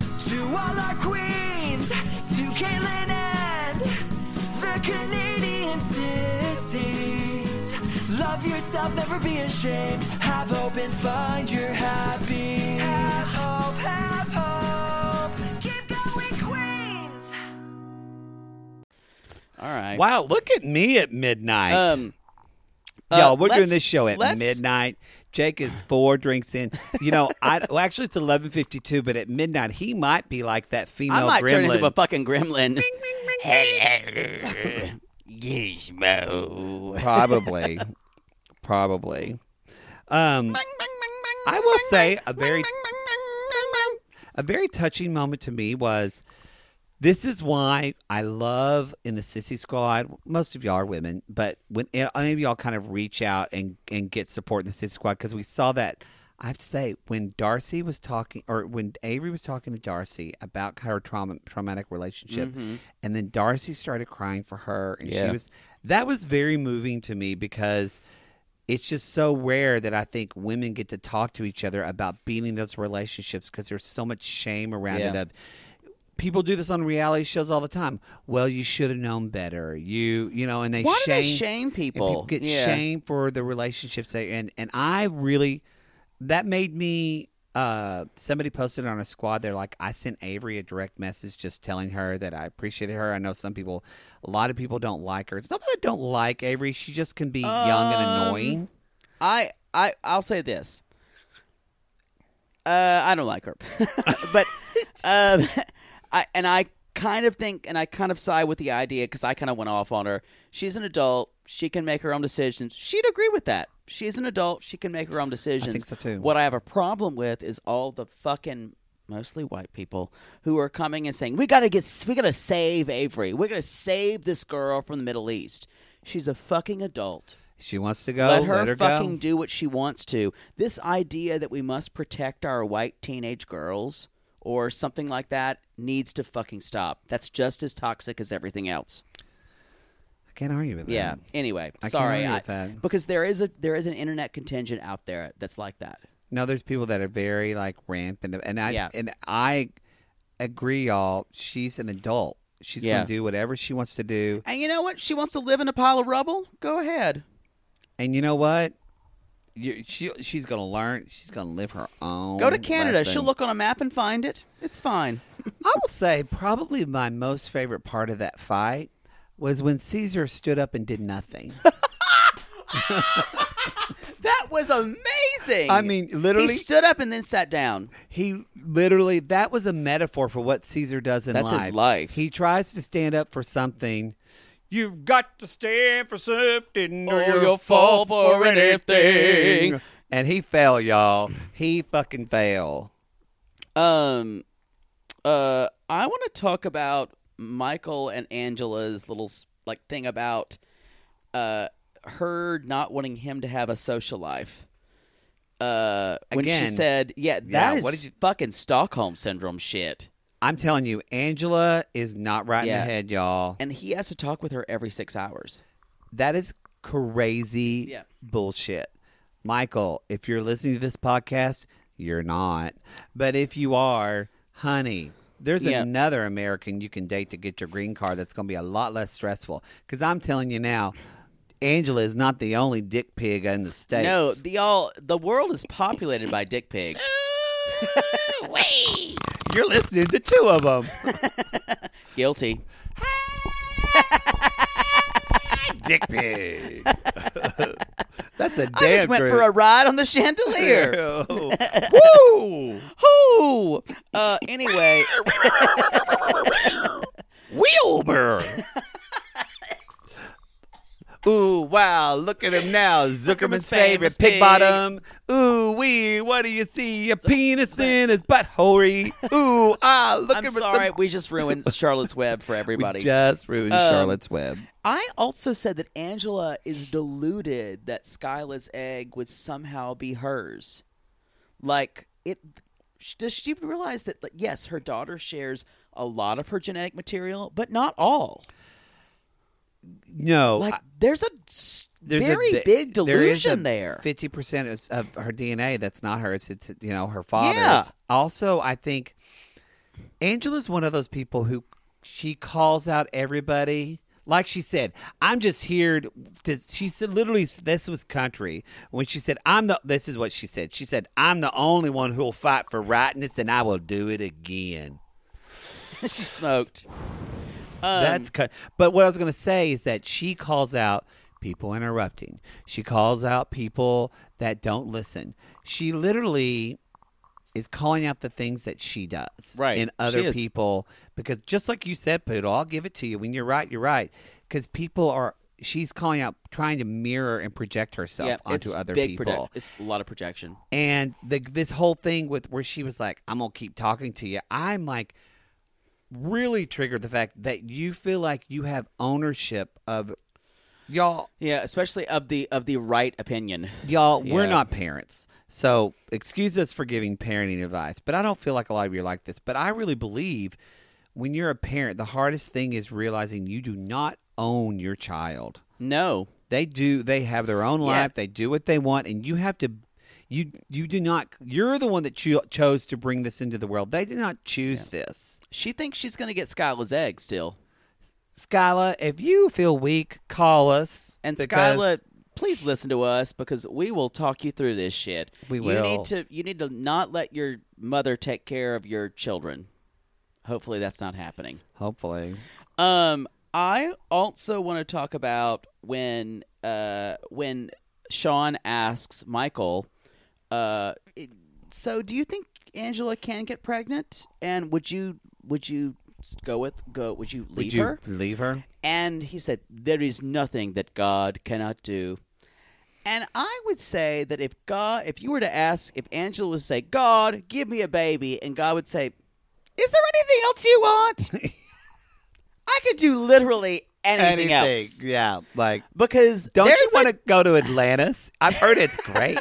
E: To all our queens, to Caitlin and the Canadian sissies. Love yourself, never be ashamed. Have hope and find your happy. Have hope, have hope. Keep going, Queens.
A: All right.
B: Wow, look at me at midnight.
A: Um, uh,
B: Y'all, we're doing
A: let's-
B: this show at
A: let's-
B: midnight. Jake is four drinks in. You know, I well, actually it's eleven fifty two, but at midnight he might be like that female
A: I might
B: gremlin.
A: turn into a fucking gremlin. Hello, Gizmo.
B: Probably, probably. Um, I will say a very a very touching moment to me was this is why I love in the sissy squad. Most of y'all are women, but when eh, any of y'all kind of reach out and and get support in the sissy squad because we saw that. I have to say, when Darcy was talking, or when Avery was talking to Darcy about her trauma, traumatic relationship, and then Darcy started crying for her, and she was that was very moving to me because it's just so rare that I think women get to talk to each other about being in those relationships because there's so much shame around it.
A: Yeah.
B: Of people do this on reality shows all the time. Well, you should have known better. You, you know, and they
A: Why do
B: shame
A: they shame
B: and people
A: people?
B: get
A: Yeah.
B: shamed for the relationships they and and I really that made me. Uh, somebody posted on a squad. They're like, I sent Avery a direct message just telling her that I appreciated her. I know some people, a lot of people don't like her. It's not that I don't like Avery. She just can be
A: Um,
B: young and annoying.
A: I I I'll say this. Uh, I don't like her, but um, I and I kind of think and I kind of sigh with the idea because I kind of went off on her. She's an adult; she can make her own decisions. She'd agree with that. She's an adult; she can make her own decisions.
B: so, too.
A: What I have a problem with is all the fucking mostly white people who are coming and saying we gotta get we gotta save Avery, we're gonna save this girl from the Middle East. She's a fucking adult
B: She wants to go.
A: let her,
B: Oh, go.
A: fucking do what she wants to. This idea that we must protect our white teenage girls or something like that needs to fucking stop. That's just as toxic as everything else.
B: I can't argue with that.
A: Yeah. Anyway,
B: I can't
A: sorry.
B: argue with that.
A: Because there is a there is an internet contingent out there that's like that.
B: No, there's people that are very like rampant, and I
A: Yeah.
B: and I agree, y'all. She's an adult. She's
A: Yeah.
B: going to do whatever she wants to do.
A: And you know what? She wants to live in a pile of rubble. Go ahead.
B: And you know what? You, she she's going to learn. She's going to live her own.
A: Go to Canada.
B: lesson.
A: She'll look on a map and find it. It's fine.
B: I will say probably my most favorite part of that fight was when Caesar stood up and did nothing.
A: That was amazing.
B: I mean, literally-
A: He stood up and then sat down.
B: He literally that was a metaphor for what Caesar does in
A: That's his
B: life.
A: life.
B: He tries to stand up for something. You've got to stand for something or, you'll, fall for anything. And he fell, y'all. He fucking fell.
A: Um, uh, I want to talk about Michael and Angela's little s- like thing about uh her not wanting him to have a social life. Uh, when she
B: Again.
A: said, "Yeah,
B: Yeah,
A: that is
B: what did you-
A: fucking Stockholm syndrome shit,"
B: I'm telling you, Angela is not right in
A: Yeah.
B: the head, y'all.
A: and he has to talk with her every six hours.
B: That is crazy
A: Yeah.
B: bullshit. Michael, if you're listening to this podcast, you're not. But if you are, honey, there's
A: Yeah.
B: another American you can date to get your green card that's going to be a lot less stressful. Because I'm telling you now, Angela is not the only dick pig in the States.
A: No, the all the world is populated by dick pigs.
B: you're listening to two of them.
A: Guilty.
B: dick pig. that's a damn
A: I just went
B: group.
A: for a ride on the chandelier.
B: Woo!
A: Who? Uh, anyway,
B: Wilbur. Ooh, wow, look at him now. Zuckerman's favorite
A: famous
B: pig,
A: pig.
B: bottom. Ooh, wee, what do you see? A penis in his butthole. Ooh, ah, look
A: I'm
B: at him.
A: sorry we just ruined Charlotte's Web for everybody. Um,
B: Just ruined Charlotte's Web.
A: I also said that Angela is deluded that Skyla's egg would somehow be hers. Like it sh- does she realize that like, yes, her daughter shares a lot of her genetic material, but not all.
B: No,
A: Like
B: I-
A: Oh, there's a s-
B: there's a
A: very
B: bi-
A: big
B: there is
A: delusion
B: a
A: there.
B: 50% of, of her DNA that's not hers. It's, you know, her father's.
A: Yeah.
B: Also, I think Angela's one of those people who she calls out everybody. Like she said, I'm just here to. She said, literally, this was country. When she said, I'm the. This is what she said. She said, I'm the only one who'll fight for rightness and I will do it again.
A: she smoked.
B: That's cut. But what I was going to say is that she calls out people interrupting. She calls out people that don't listen. She literally is calling out the things that she does
A: Right.
B: in
A: She
B: other
A: is.
B: people because just like you said, Poodle, I'll give it to you. When you're right, you're right. Because people are. She's calling out, trying to mirror and project herself
A: Yeah,
B: onto
A: it's
B: other
A: big
B: people
A: project- it's a lot of projection.
B: and the, this whole thing with where she was like, "I'm gonna keep talking to you." I'm like, really triggered the fact that you feel like you have ownership of y'all.
A: Yeah, especially of the of the right opinion.
B: Y'all, we're
A: Yeah.
B: not parents, so excuse us for giving parenting advice. But I don't feel like a lot of you are like this. But I really believe when you're a parent, the hardest thing is realizing you do not own your child.
A: No,
B: They do. They have their own life. They do what they want, and you have to. You you do not. You're the one that cho- chose to bring this into the world. They did not choose this.
A: she thinks she's gonna get Skyla's egg still.
B: Skyla, if you feel weak, call us.
A: And
B: because-
A: Skyla, please listen to us because we will talk you through this shit.
B: We
A: You
B: will.
A: need to you need to not let your mother take care of your children. Hopefully that's not happening.
B: hopefully,
A: Um I also want to talk about when uh when Sean asks Michael uh it- so do you think Angela can get pregnant and would you would you s- go with go would you leave
B: would you
A: her?
B: leave her?
A: And he said, There is nothing that God cannot do. And I would say that if God, if you were to ask, if Angela would say, God, give me a baby, and God would say, Is there anything else you want? I could do literally anything, else.
B: Yeah, like
A: Because
B: don't
A: there's
B: you want
A: a-
B: to go to Atlantis? I've heard it's great.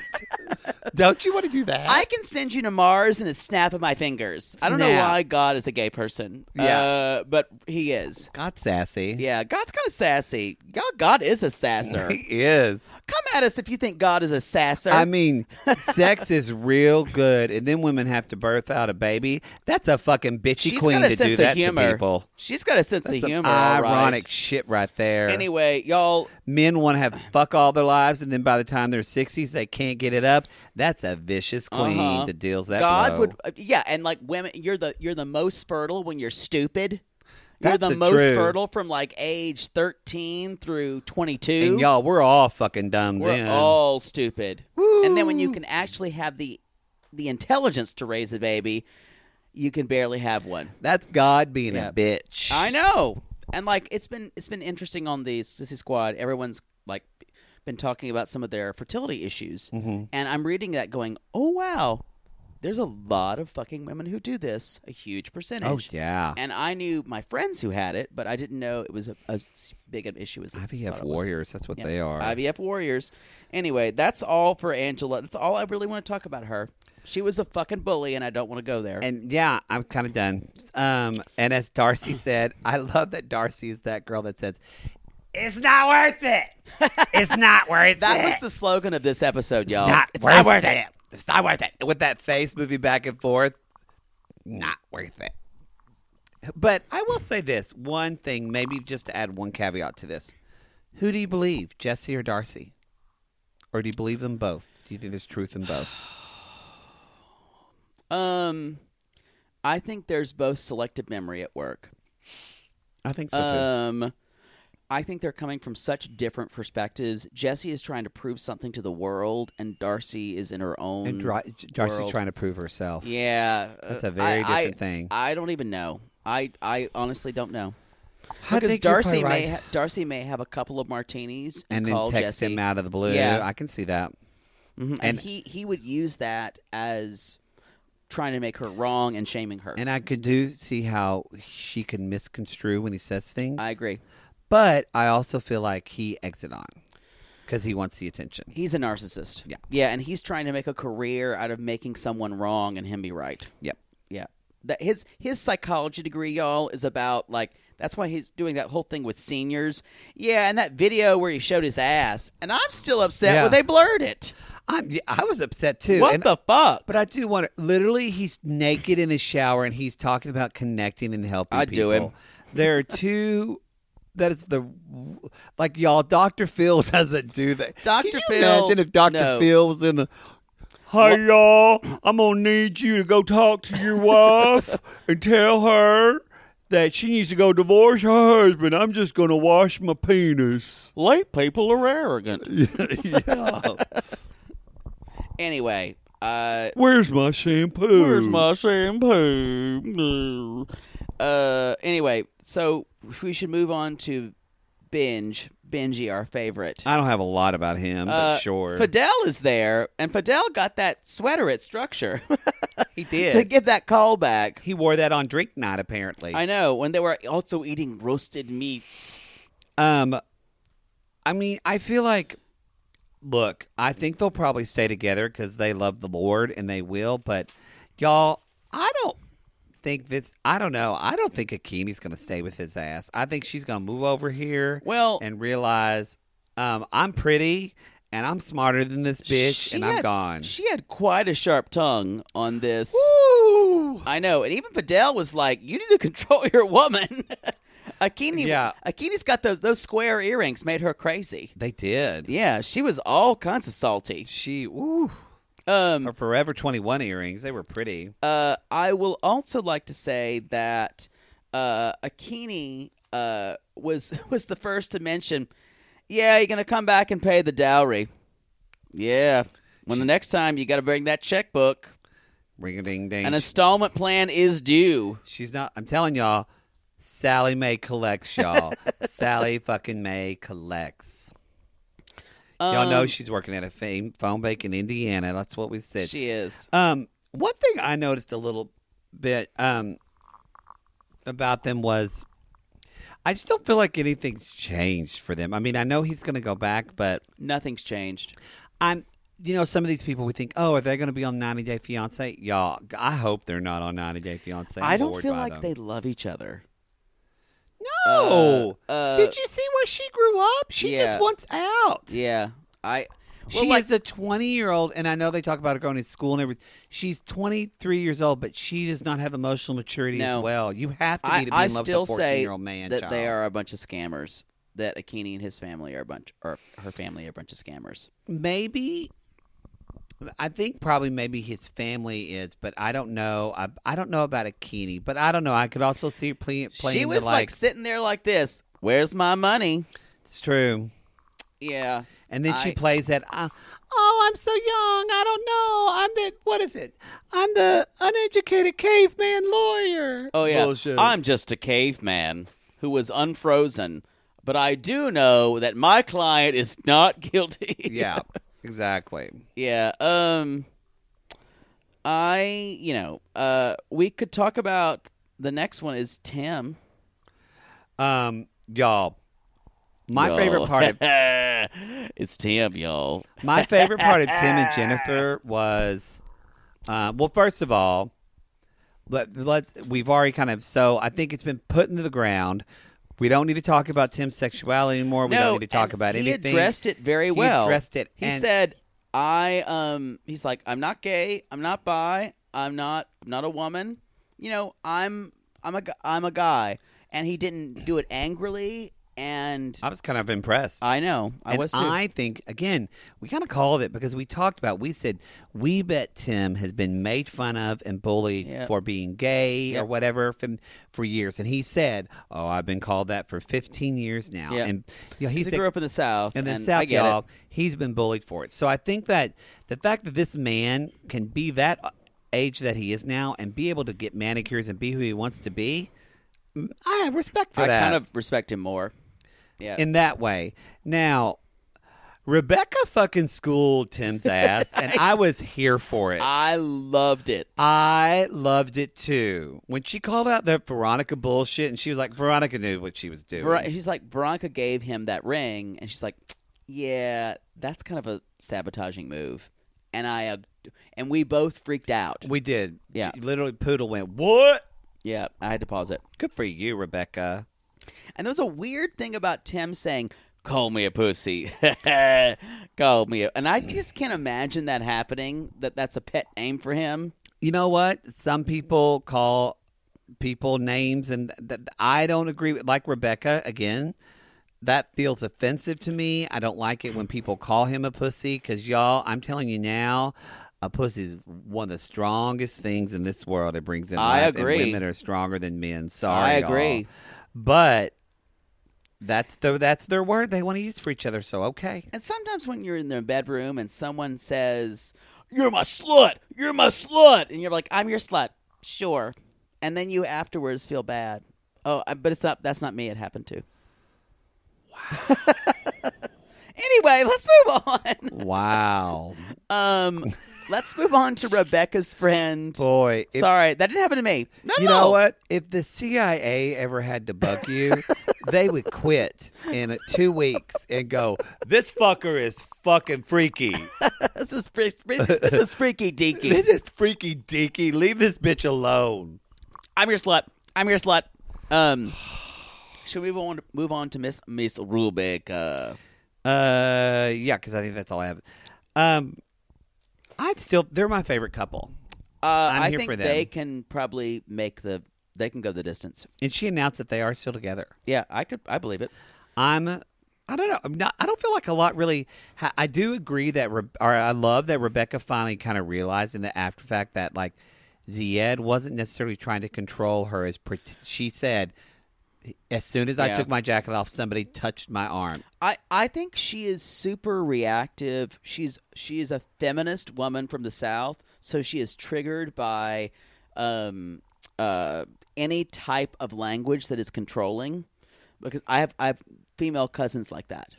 B: don't you want to do that?
A: I can send you to Mars in a snap of my fingers. I don't know
B: Snap.
A: why God is a gay person.
B: Yeah.
A: Uh, but he is.
B: got sassy.
A: Yeah, God's kind of sassy. God, God is a sasser.
B: he is.
A: Come at us if you think God is a sasser.
B: I mean, sex is real good, and then women have to birth out a baby. That's a fucking bitchy
A: She's
B: queen
A: got a
B: to
A: sense
B: do
A: of
B: that
A: humor.
B: to people.
A: She's got a sense
B: That's
A: of
B: some
A: humor. all right.
B: ironic shit right there.
A: Anyway, y'all,
B: Men want to have fuck all their lives, and then by the time they're sixties, they can't get it up. That's a vicious queen
A: Uh-huh.
B: that deals that.
A: God
B: blow.
A: would, uh, yeah, and like women, you're the you're the most fertile when you're stupid. You're
B: That's
A: the
B: a
A: most
B: true.
A: fertile from like age 13 through 22.
B: and y'all, we're all fucking dumb
A: we're
B: then.
A: all stupid. And then when you can actually have the the intelligence to raise a baby, you can barely have one.
B: That's God being
A: Yeah.
B: a bitch.
A: I know. And like it's been it's been interesting on the Sissy Squad. Everyone's like been talking about some of their fertility issues, and I'm reading that going, oh wow, there's a lot of fucking women who do this, a huge percentage.
B: yeah.
A: And I knew my friends who had it, but I didn't know it was a, a s- big an issue as I thought
B: IVF
A: it was.
B: warriors. That's what
A: Yeah,
B: they are.
A: IVF warriors. Anyway, that's all for Angela. That's all I really want to talk about her. She was a fucking bully, and I don't want to go there.
B: And yeah, I'm kind of done. Um, and as Darcy said, I love that Darcy is that girl that says, "It's not worth it. It's not worth
A: that
B: it.
A: was the slogan of this episode, y'all.
B: not
A: it's
B: worth
A: not worth
B: it. It's not worth it." With that face moving back and forth, not worth it. But I will say this one thing, maybe just to add one caveat to this: Who do you believe, Jesse or Darcy, or do you believe them both? Do you think there's truth in both?
A: Um, I think there's both selective memory at work.
B: I think so.
A: Um, I think they're coming from such different perspectives. Jesse is trying to prove something to the world, and Darcy is in her own.
B: and Dar- Darcy's
A: Um, world.
B: trying to prove herself.
A: Yeah,
B: That's a
A: uh,
B: very
A: I- I-
B: different thing.
A: I don't even know. I I honestly don't know
B: I
A: because
B: think you're
A: Darcy
B: probably
A: may
B: right.
A: ha- Darcy may have a couple of martinis
B: and then
A: call
B: text
A: Jesse.
B: him out of the blue.
A: Yeah.
B: I can see that.
A: Mhm, and, he he would use that as trying to make her wrong and shaming her.
B: And I could do see how she can misconstrue when he says things.
A: I agree.
B: But I also feel like he exit on because he wants the attention.
A: He's a narcissist.
B: Yeah.
A: Yeah, and he's trying to make a career out of making someone wrong and him be right.
B: Yep.
A: Yeah. That his his psychology degree, y'all, is about like that's why he's doing that whole thing with seniors. Yeah, and that video where he showed his ass, and I'm still upset
B: Yeah.
A: when they blurred it.
B: I'm, yeah, I was upset too.
A: what
B: and-
A: the fuck?
B: But I do wonder. Literally, he's naked in his shower and he's talking about connecting and helping.
A: I'd do
B: people.
A: him.
B: There are two that is the like y'all. Dr. Phil doesn't do that.
A: Dr.
B: Can you
A: Phil,
B: Imagine if Dr.
A: no.
B: Phil was in the. Hi y'all, I'm gonna need you to go talk to your wife and tell her that she needs to go divorce her husband. I'm just gonna wash my penis.
C: Late people are arrogant.
B: yeah.
A: Anyway, uh,
B: Where's my shampoo?
C: Where's my shampoo?
A: uh, anyway, so we should move on to binge. Benji, our favorite.
B: I don't have a lot about him,
A: Uh,
B: but sure.
A: Fidel is there, and Fidel got that sweater at Structure
B: he
A: to get that call back.
B: He wore that on drink night, apparently.
A: I know when they were also eating roasted meats.
B: um, I mean, I feel like, look, I think they'll probably stay together because they love the Lord and they will. But y'all, I don't think Vince. I don't know. I don't think Akimi's going to stay with his ass. I think she's going to move over here.
A: Well-
B: and realize, um, I'm pretty and I'm smarter than this bitch,
A: She
B: and I'm
A: had-
B: gone.
A: She had quite a sharp tongue on this.
B: Woo!
A: I know, and even Fidel was like, "You need to control your woman." Akini,
B: Yeah.
A: Akini's got those those square earrings made her crazy.
B: They did.
A: Yeah, she was all kinds of salty.
B: She ooh,
A: Um,
B: her Forever Twenty One earrings. They were pretty.
A: Uh, I will also like to say that uh, Akini uh, was was the first to mention, yeah, you're gonna come back and pay the dowry. Yeah, when the next time you got to bring that checkbook.
B: Ring a ding ding.
A: An installment plan is due.
B: She's not. I'm telling y'all, Sally Mae collects y'all. Sally fucking Mae collects. y'all
A: Um,
B: know she's working at a fame phone bank in Indiana. That's what we said.
A: She is.
B: Um, one thing I noticed a little bit um about them was I just don't feel like anything's changed for them. I mean, I know he's going to go back, but
A: Nothing's changed.
B: I'm. You know, some of these people we think, oh, are they going to be on 90 Day Fiance? Y'all, I hope they're not on 90 Day Fiance.
A: I don't
B: Lord,
A: feel
B: by
A: like
B: them.
A: they love each other.
B: No.
A: Uh, uh,
B: Did you see where she grew up? She
A: Yeah.
B: just wants out.
A: Yeah, I. well,
B: She
A: like-
B: is a 20 year old, and I know they talk about her going to school and everything. She's 23 years old, but she does not have emotional maturity
A: No.
B: as well. You have to be
A: I,
B: to be
A: I
B: in love
A: still
B: with a 14
A: say
B: year old man.
A: that
B: child.
A: they are a bunch of scammers. That Akini and his family are a bunch, or her family are a bunch of scammers.
B: Maybe. I think probably maybe his family is, but I don't know. I, I don't know about Akini, but I don't know. I could also see her play, playing.
A: she
B: the,
A: was like, sitting there like this. Where's my money?
B: it's true.
A: Yeah.
B: And then she
A: I-
B: plays that. Uh, oh, I'm so young. I don't know. I'm the what is it? I'm the uneducated caveman lawyer.
A: Oh yeah.
B: Bullshit.
A: I'm just a caveman who was unfrozen, but I do know that my client is not guilty.
B: yeah, exactly.
A: yeah. Um. I you know uh we could talk about the next one is Tim.
B: Um, y'all, my favorite part of
A: it's Tim, y'all.
B: my favorite part of Tim and Jennifer was, uh, well, first of all, let let's we've already kind of so I think it's been put into the ground. We don't need to talk about Tim's sexuality anymore. We don't need to talk
A: and
B: about
A: he
B: anything.
A: addressed it very
B: He
A: well.
B: addressed it.
A: He
B: and-
A: said, "I um." He's like, "I'm not gay. I'm not bi. I'm not I'm not a woman. You know, I'm I'm a gu- I'm a guy." And he didn't do it angrily. And
B: I was kind of impressed.
A: I know I
B: Uh, and
A: was too.
B: I think again, we kind of called it because we talked about. We said we bet Tim has been made fun of and bullied
A: Yep.
B: for being gay or
A: Yep.
B: whatever from, for years, and he said, "Oh, I've been called that for 15 years now."
A: Yep.
B: And you know, he
A: He
B: said,
A: grew up in the south.
B: and the
A: and
B: South,
A: I get it.
B: y'all, he's been bullied for it. So I think that the fact that this man can be that uh, age that he is now and be able to get manicures and be who he wants to be, mm, I have respect for
A: I
B: that
A: kind of respect him more. Yeah.
B: in that way. Now, Rebecca fucking schooled Tim's ass, and I was here for it.
A: I loved it.
B: I loved it too. When she called out that Veronica bullshit, and she was like, Veronica knew what she was doing.
A: Ver- he's like Veronica gave him that ring, and she's like, "Yeah, that's kind of a sabotaging move." And I, uh, and we both freaked out.
B: We did.
A: Yeah.
B: She- Literally, Poodle went, What?
A: yeah, I had to pause it.
B: Good for you, Rebecca.
A: And there was a weird thing about Tim saying, "Call me a pussy," call me, a-. and I just can't imagine that happening. That that's a pet name for him.
B: You know what? Some people call people names, and th- th- I don't agree with. Like Rebecca again, that feels offensive to me. I don't like it when people call him a pussy because y'all, I'm telling you now. A pussy is one of the strongest things in this world. It brings in.
A: I
B: life, and
A: agree.
B: women are stronger than men. Sorry,
A: I
B: y'all.
A: agree.
B: But that's the, that's their word they want to use for each other. So okay.
A: And sometimes when you're in their bedroom and someone says, "You're my slut, you're my slut," and you're like, "I'm your slut, sure," and then you afterwards feel bad. Oh, I- but it's not. That's not me. It happened to. Wow. anyway, let's move
B: Wow.
A: on. Um, let's move on to Rebecca's friend.
B: Boy, if-
A: Sorry, that didn't happen to me. No,
B: you
A: no.
B: know what? If the CIA ever had to bug you, they would quit in two weeks and go, "This fucker is fucking freaky.
A: This is fre- fre- this is freaky deaky.
B: This is freaky deaky. Leave this bitch alone."
A: I'm your slut. I'm your slut. Um, should we move on? Move on to Miss Miss Rubeck. Uh,
B: Uh, yeah, because I think that's all I have. Um, I'd still. They're my favorite couple,
A: Uh,
B: I'm
A: I
B: here
A: think
B: for them.
A: they can probably make the. They can go the distance.
B: and she announced that they are still together.
A: Yeah, I could. I believe it.
B: I'm. I don't know. I'm not. I don't feel like a lot really. ha- I do agree that, Re- or I love that Rebecca finally kind of realized in the after fact that like Zied wasn't necessarily trying to control her. As pret- she said, as soon as I
A: Yeah.
B: took my jacket off, somebody touched my arm.
A: I I think she is super reactive. She's she is a feminist woman from the South, so she is triggered by, um, uh, any type of language that is controlling. Because I have I have female cousins like that.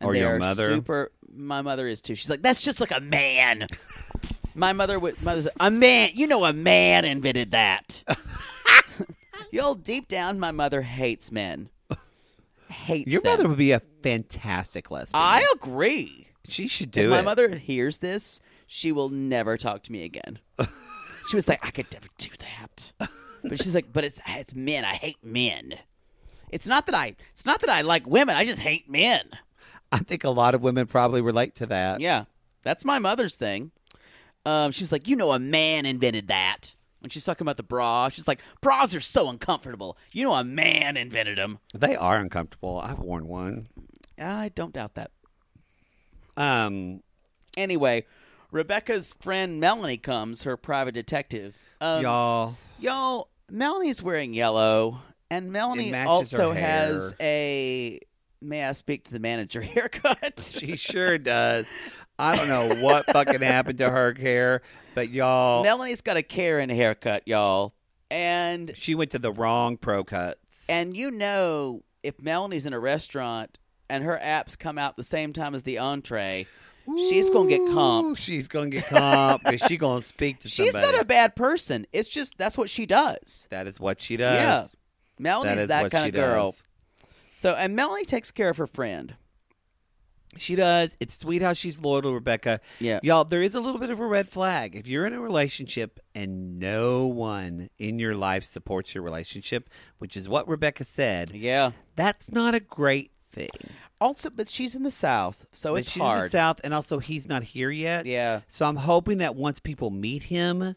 A: And
B: Or
A: they
B: your
A: are
B: mother?
A: Super. My mother is too. She's like that's just like a man. my mother would. Mother's like, a man. You know, a man invented that. Y'all deep down, my mother hates men. Hates
B: Your
A: them.
B: mother would be a fantastic lesbian.
A: I agree.
B: she should
A: if
B: do
A: my
B: it.
A: mother hears this, she will never talk to me again. she was like, I could never do that. But she's like, but it's it's men. I hate men. It's not that I it's not that I like women. I just hate men.
B: I think a lot of women probably relate to that.
A: Yeah, that's my mother's thing. Um, she was like, you know, a man invented that. When she's talking about the bra, she's like, bras are so uncomfortable. You know, a man invented them.
B: They are uncomfortable. I've worn one.
A: I don't doubt that.
B: Um,
A: Anyway, Rebecca's friend Melanie comes, her private detective. Um,
B: y'all.
A: Y'all, Melanie's wearing yellow, and Melanie
B: matches
A: also
B: her
A: has
B: hair.
A: a may I speak to the manager haircut.
B: She sure does. I don't know what fucking happened to her hair, but y'all,
A: Melanie's got a Karen haircut, y'all, and
B: she went to the wrong pro cuts.
A: and you know if Melanie's in a restaurant and her apps come out the same time as the entree, she's gonna get
B: Ooh,
A: comped.
B: she's gonna get comped. and she gonna speak to
A: She's
B: somebody.
A: not a bad person. It's just that's what she does.
B: that is what she does.
A: Yeah, Melanie's
B: that is
A: that,
B: what
A: kind
B: she
A: of girl.
B: Does.
A: So and Melanie takes care of her friend.
B: She does. It's sweet how she's loyal to Rebecca.
A: Yeah.
B: y'all. There is a little bit of a red flag if you're in a relationship and no one in your life supports your relationship, which is what Rebecca said.
A: Yeah.
B: That's not a great thing.
A: Also, but she's in the South, so
B: But
A: it's
B: she's
A: hard.
B: in the Oh, south, and also he's not here yet.
A: Yeah.
B: So I'm hoping that once people meet him,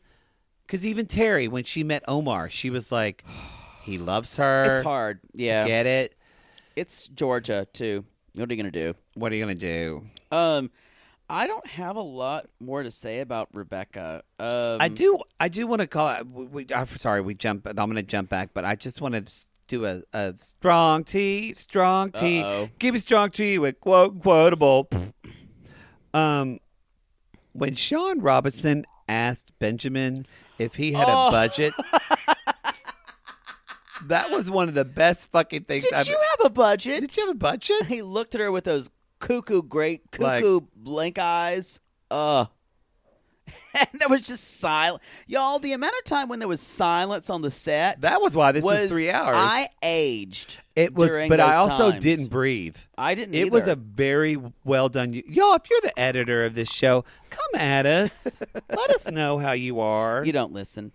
B: because even Terry, when she met Omar, she was like, he loves her.
A: It's hard. Yeah.
B: Get it?
A: It's Georgia too. What are you gonna do?
B: What are you gonna do?
A: Um I don't have a lot more to say about Rebecca. Um,
B: I do. I do want to call. uh, We, we, I'm sorry. We jump. I'm gonna jump back, but I just want to do a, a strong tea. Strong tea.
A: Uh-oh.
B: Give me strong tea with quote quotable. um, when Sean Robinson asked Benjamin if he had
A: Oh.
B: a budget. That was one of the best fucking things.
A: Did
B: I've, e-,
A: you have a budget?
B: Did you have a budget?
A: He looked at her with those cuckoo great cuckoo blank eyes. Uh and there was just silence. Y'all, the amount of time when there was silence on the set
B: That was why this was,
A: was
B: three hours.
A: I aged.
B: it was,
A: during
B: but I
A: those
B: also
A: times.
B: didn't breathe.
A: I didn't.
B: It was
A: either.
B: a very well done. Y'all, if you're the editor of this show, come at us. Let us know how you are.
A: You don't listen.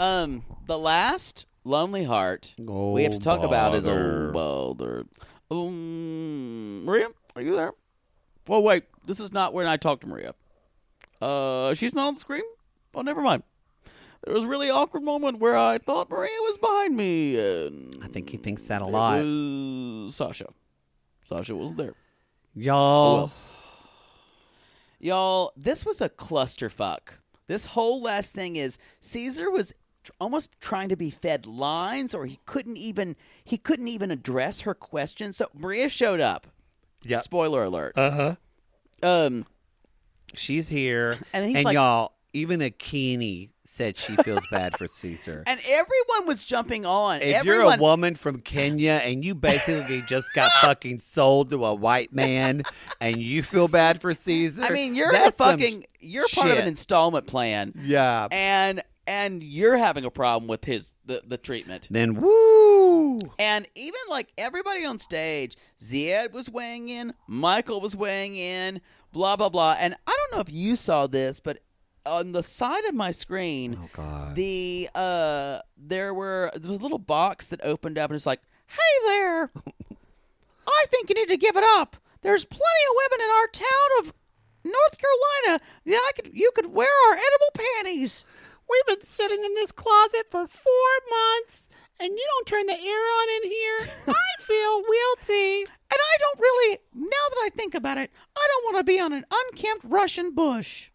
A: Um, the last Lonely Heart we have to talk about is old bother. Um, Maria, are you there? Well, wait. This is not when I talk to Maria. Uh, she's not on the screen. Oh, never mind. there was a really awkward moment where I thought Maria was behind me, and
B: I think he thinks that a
A: it
B: lot.
A: was Sasha. Sasha was there.
B: Y'all,
A: Well. Y'all, this was a clusterfuck. This whole last thing is Caesar was tr- almost trying to be fed lines or he couldn't even he couldn't even address her questions. So Maria showed up.
B: Yep.
A: Spoiler alert. Uh-huh. Um
B: she's here,
A: And
B: and,
A: he's like-
B: y'all, even Akini said she feels bad for Caesar.
A: and everyone was jumping on.
B: if
A: everyone
B: you're a woman from Kenya and you basically just got fucking sold to a white man and you feel bad for Caesar,
A: I mean, you're a
B: that's some
A: fucking you're part of
B: shit.
A: an installment plan.
B: Yeah.
A: And and you're having a problem with his the, the treatment.
B: then woo.
A: And even like everybody on stage, Ziad was weighing in, Michael was weighing in, blah blah blah. And I don't know if you saw this, but on the side of my screen,
B: Oh,
A: the uh, there were there was a little box that opened up and it's like, "Hey there, I think you need to give it up. There's plenty of women in our town of North Carolina that I could you could wear our edible panties."
B: We've been sitting in this closet for four months and you don't turn the air on in here. I feel guilty.
A: And I don't really, now that I think about it, I don't want to be on an unkempt Russian bush.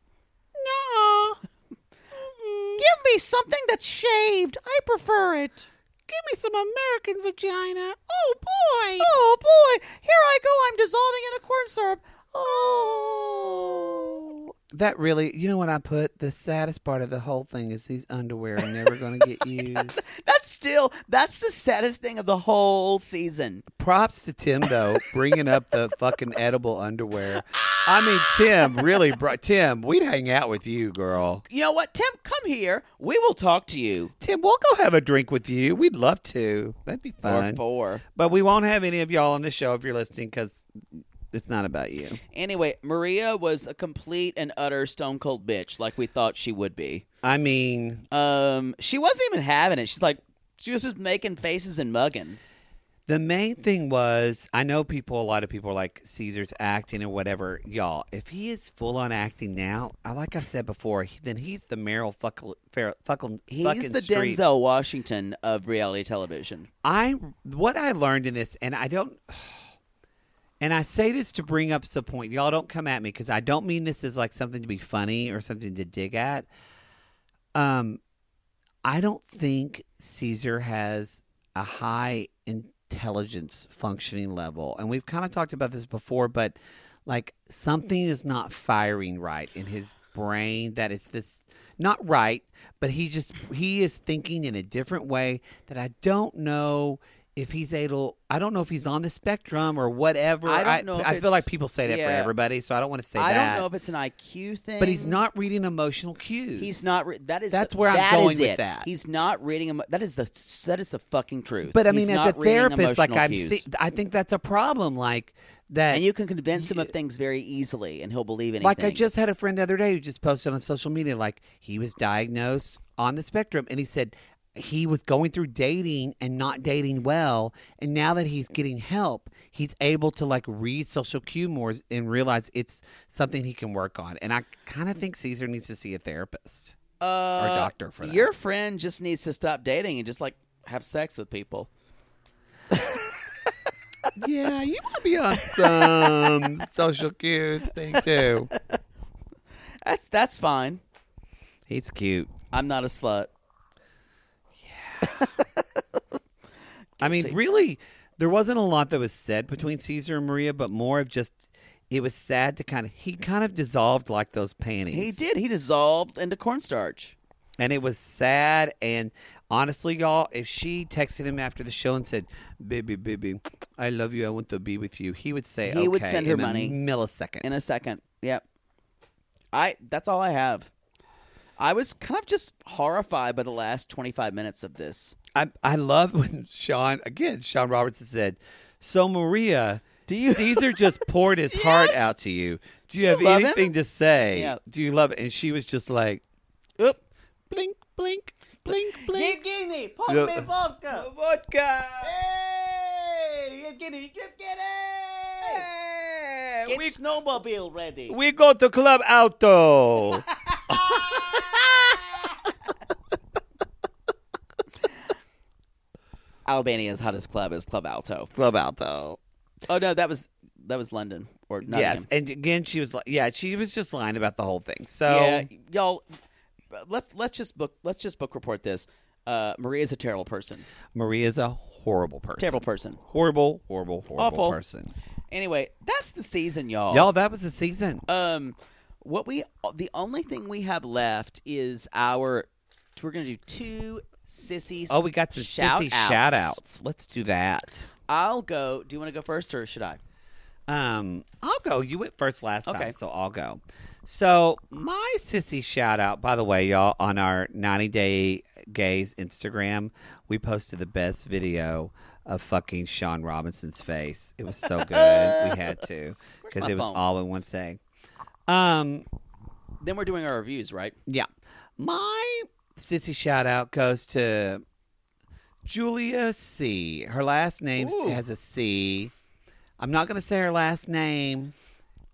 A: No. Give me something that's shaved. I prefer it. Give me some American vagina. Oh, boy. Oh, boy. Here I go. I'm dissolving in a corn syrup. Oh.
B: That really, you know what I put? The saddest part of the whole thing is these underwear are never going to get used.
A: That's still, that's the saddest thing of the whole season.
B: Props to Tim though, bringing up the fucking edible underwear. I mean, Tim really brought Tim. We'd hang out with you, girl.
A: You know what, Tim? Come here. We will talk to you.
B: Tim, we'll go have a drink with you. We'd love to. That'd be fun.
A: Or four.
B: But we won't have any of y'all on the show if you're listening because it's not about you.
A: Anyway, Maria was a complete and utter stone cold bitch, like we thought she would be.
B: I mean,
A: Um, she wasn't even having it. She's like, she was just making faces and mugging.
B: the main thing was I know people. A lot of people are like Caesar's acting or whatever. Y'all, if he is full on acting now, I like I've said before, he- then he's the Meryl Fuckle, Fer, Fuckle,
A: He's
B: fucking
A: the
B: Streep.
A: Denzel Washington of reality television.
B: I what I learned in this, and I don't, and I say this to bring up some point. Y'all don't come at me because I don't mean this as like something to be funny or something to dig at. Um, I don't think Caesar has a high intelligence functioning level, and we've kind of talked about this before, but like something is not firing right in his brain that is this not right but he just he is thinking in a different way that i don't know if he's able i don't know if he's on the spectrum or whatever
A: I don't know if
B: i feel
A: it's-
B: like people say that for
A: yeah.
B: everybody so i don't want to say
A: I
B: that
A: don't know if it's an IQ thing,
B: but he's not reading emotional cues
A: He's not. Re- that is.
B: That's
A: the-
B: where I'm
A: that
B: going
A: is
B: with
A: it.
B: that.
A: He's not reading. Emo- that is the. That is the fucking truth.
B: but i
A: He's
B: mean as a
A: not reading
B: therapist like
A: emotional
B: i'm
A: cues.
B: see, i think that's a problem like that
A: and you can convince him of things very easily, and he'll believe anything.
B: Like I just had a friend the other day who just posted on social media, like he was diagnosed on the spectrum, and he said he was going through dating and not dating well, and now that he's getting help, he's able to like read social cue more and realize it's something he can work on. And I kind of think Caesar needs to see a therapist or
A: Uh,
B: a doctor for that.
A: Your friend just needs to stop dating and just like have sex with people.
B: yeah, you might be on some social cues thing too.
A: That's that's fine.
B: He's cute.
A: I'm not a slut.
B: I mean, really, there wasn't a lot that was said between Caesar and Maria, but more of just it was sad to kind of he kind of dissolved like those panties.
A: He did. He dissolved into cornstarch.
B: and it was sad. And honestly, y'all, if she texted him after the show and said, "Baby, baby, I love you. I want to be with you," he would say,
A: He would
B: "Okay,"
A: send her
B: in a
A: money.
B: millisecond."
A: In a second. Yep. I. That's all I have. I was kind of just horrified by the last 25 minutes of this.
B: I I love when Sean again Sean Robertson said, "So Maria, do you Caesar just poured his heart out to you? Do you have
A: love him?"
B: anything to say?
A: Yeah.
B: Do you love it?" And she was just like,
A: Oop.
B: blink, blink, blink, blink.
A: Yevgeny, pop
B: Yeah.
A: me vodka.
B: Vodka.
A: Hey, Yevgeny, Yevgeny. Get snowmobile ready.
B: We go to Club Auto.
A: Albania's hottest club is Club Alto.
B: Club Alto.
A: Oh no, that was that was London or not?
B: Yes, and again, she was like, yeah, she was just lying about the whole thing. So
A: Yeah, y'all. Let's let's just book let's just book report this. Uh, Maria's a terrible person.
B: Maria's a horrible person.
A: Terrible person.
B: Horrible, horrible, horrible
A: Awful.
B: person.
A: Anyway, that's the season, y'all.
B: Y'all, that was the season.
A: Um, what we the only thing we have left is our. We're gonna do two sissies.
B: oh, we got to sissy shout outs. Let's do that.
A: I'll go. Do you want to go first or should I?
B: Um, I'll go. You went first last
A: Okay.
B: time, so I'll go. So my sissy shout out, by the way, y'all, on our 90 Day Gays Instagram, we posted the best video of fucking Sean Robinson's face. It was so good. we had to because
A: my
B: it was
A: phone?
B: all in one thing. Um,
A: Then we're doing our reviews, right?
B: yeah, my sissy shout out goes to Julia C. Her last name
A: Ooh.
B: has a C. I'm not going to say her last name.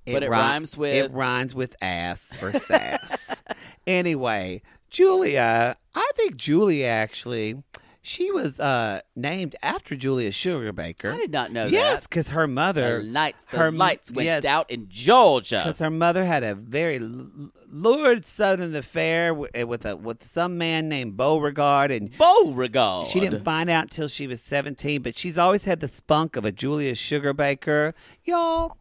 A: But it
B: rhy-
A: rhymes with-
B: it rhymes with ass or sass. anyway, Julia, I think Julia actually she was uh, named after Julia Sugarbaker.
A: I did not know that.
B: Yes, because her mother
A: The lights, the
B: her
A: lights went
B: yes,
A: out in Georgia.
B: because her mother had a very l- lurid southern affair wi- with a with some man named Beauregard, and
A: Beauregard.
B: she didn't find out till she was seventeen. But she's always had the spunk of a Julia Sugarbaker, y'all.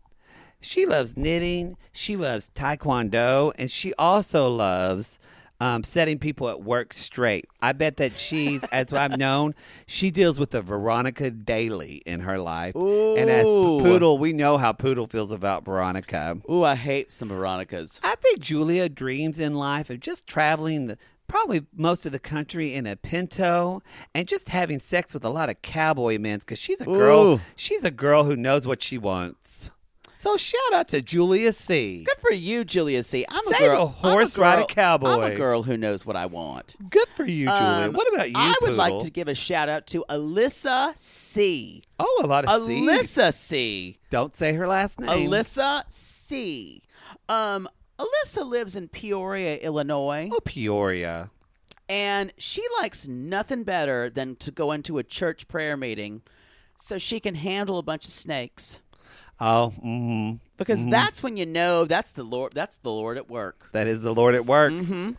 B: She loves knitting. She loves taekwondo, and she also loves. Um, setting people at work straight. I bet that she's, as I've known, she deals with the Veronica daily in her life. And as
A: Ooh.
B: Poodle, we know how Poodle feels about Veronica.
A: Ooh, I hate some Veronicas.
B: I think Julia dreams in life of just traveling the probably most of the country in a pinto and just having sex with a lot of cowboy men because she's a girl.
A: Ooh.
B: She's a girl who knows what she wants. So shout out to Julia C.
A: Good for you, Julia C. I'm
B: Save
A: a girl.
B: a horse,
A: I'm a girl-
B: ride a cowboy.
A: I'm a girl who knows what I want.
B: Good for you, Julia.
A: Um,
B: Uh, what about you?
A: I would like
B: Poodle?
A: to give a shout out to Alyssa C.
B: Oh, a lot of C's.
A: Alyssa C.
B: Don't say her last name.
A: Alyssa C. Um, Alyssa lives in Peoria, Illinois,
B: Oh, Peoria.
A: and she likes nothing better than to go into a church prayer meeting so she can handle a bunch of snakes.
B: Oh, hmm
A: Because that's when you know that's the Lord. That's the Lord at work.
B: that is the Lord at work.
A: Mm-hmm.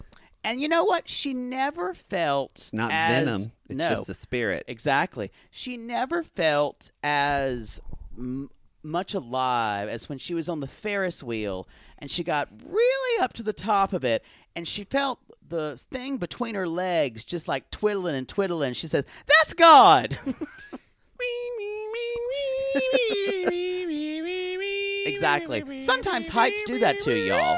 A: And you know what? She never felt
B: It's not
A: as-
B: venom. It's
A: no,
B: just the spirit.
A: Exactly. She never felt as m- much alive as when she was on the Ferris wheel and she got really up to the top of it and she felt the thing between her legs just like twiddling and twiddling. She said, That's God. exactly. Sometimes heights do that to y'all.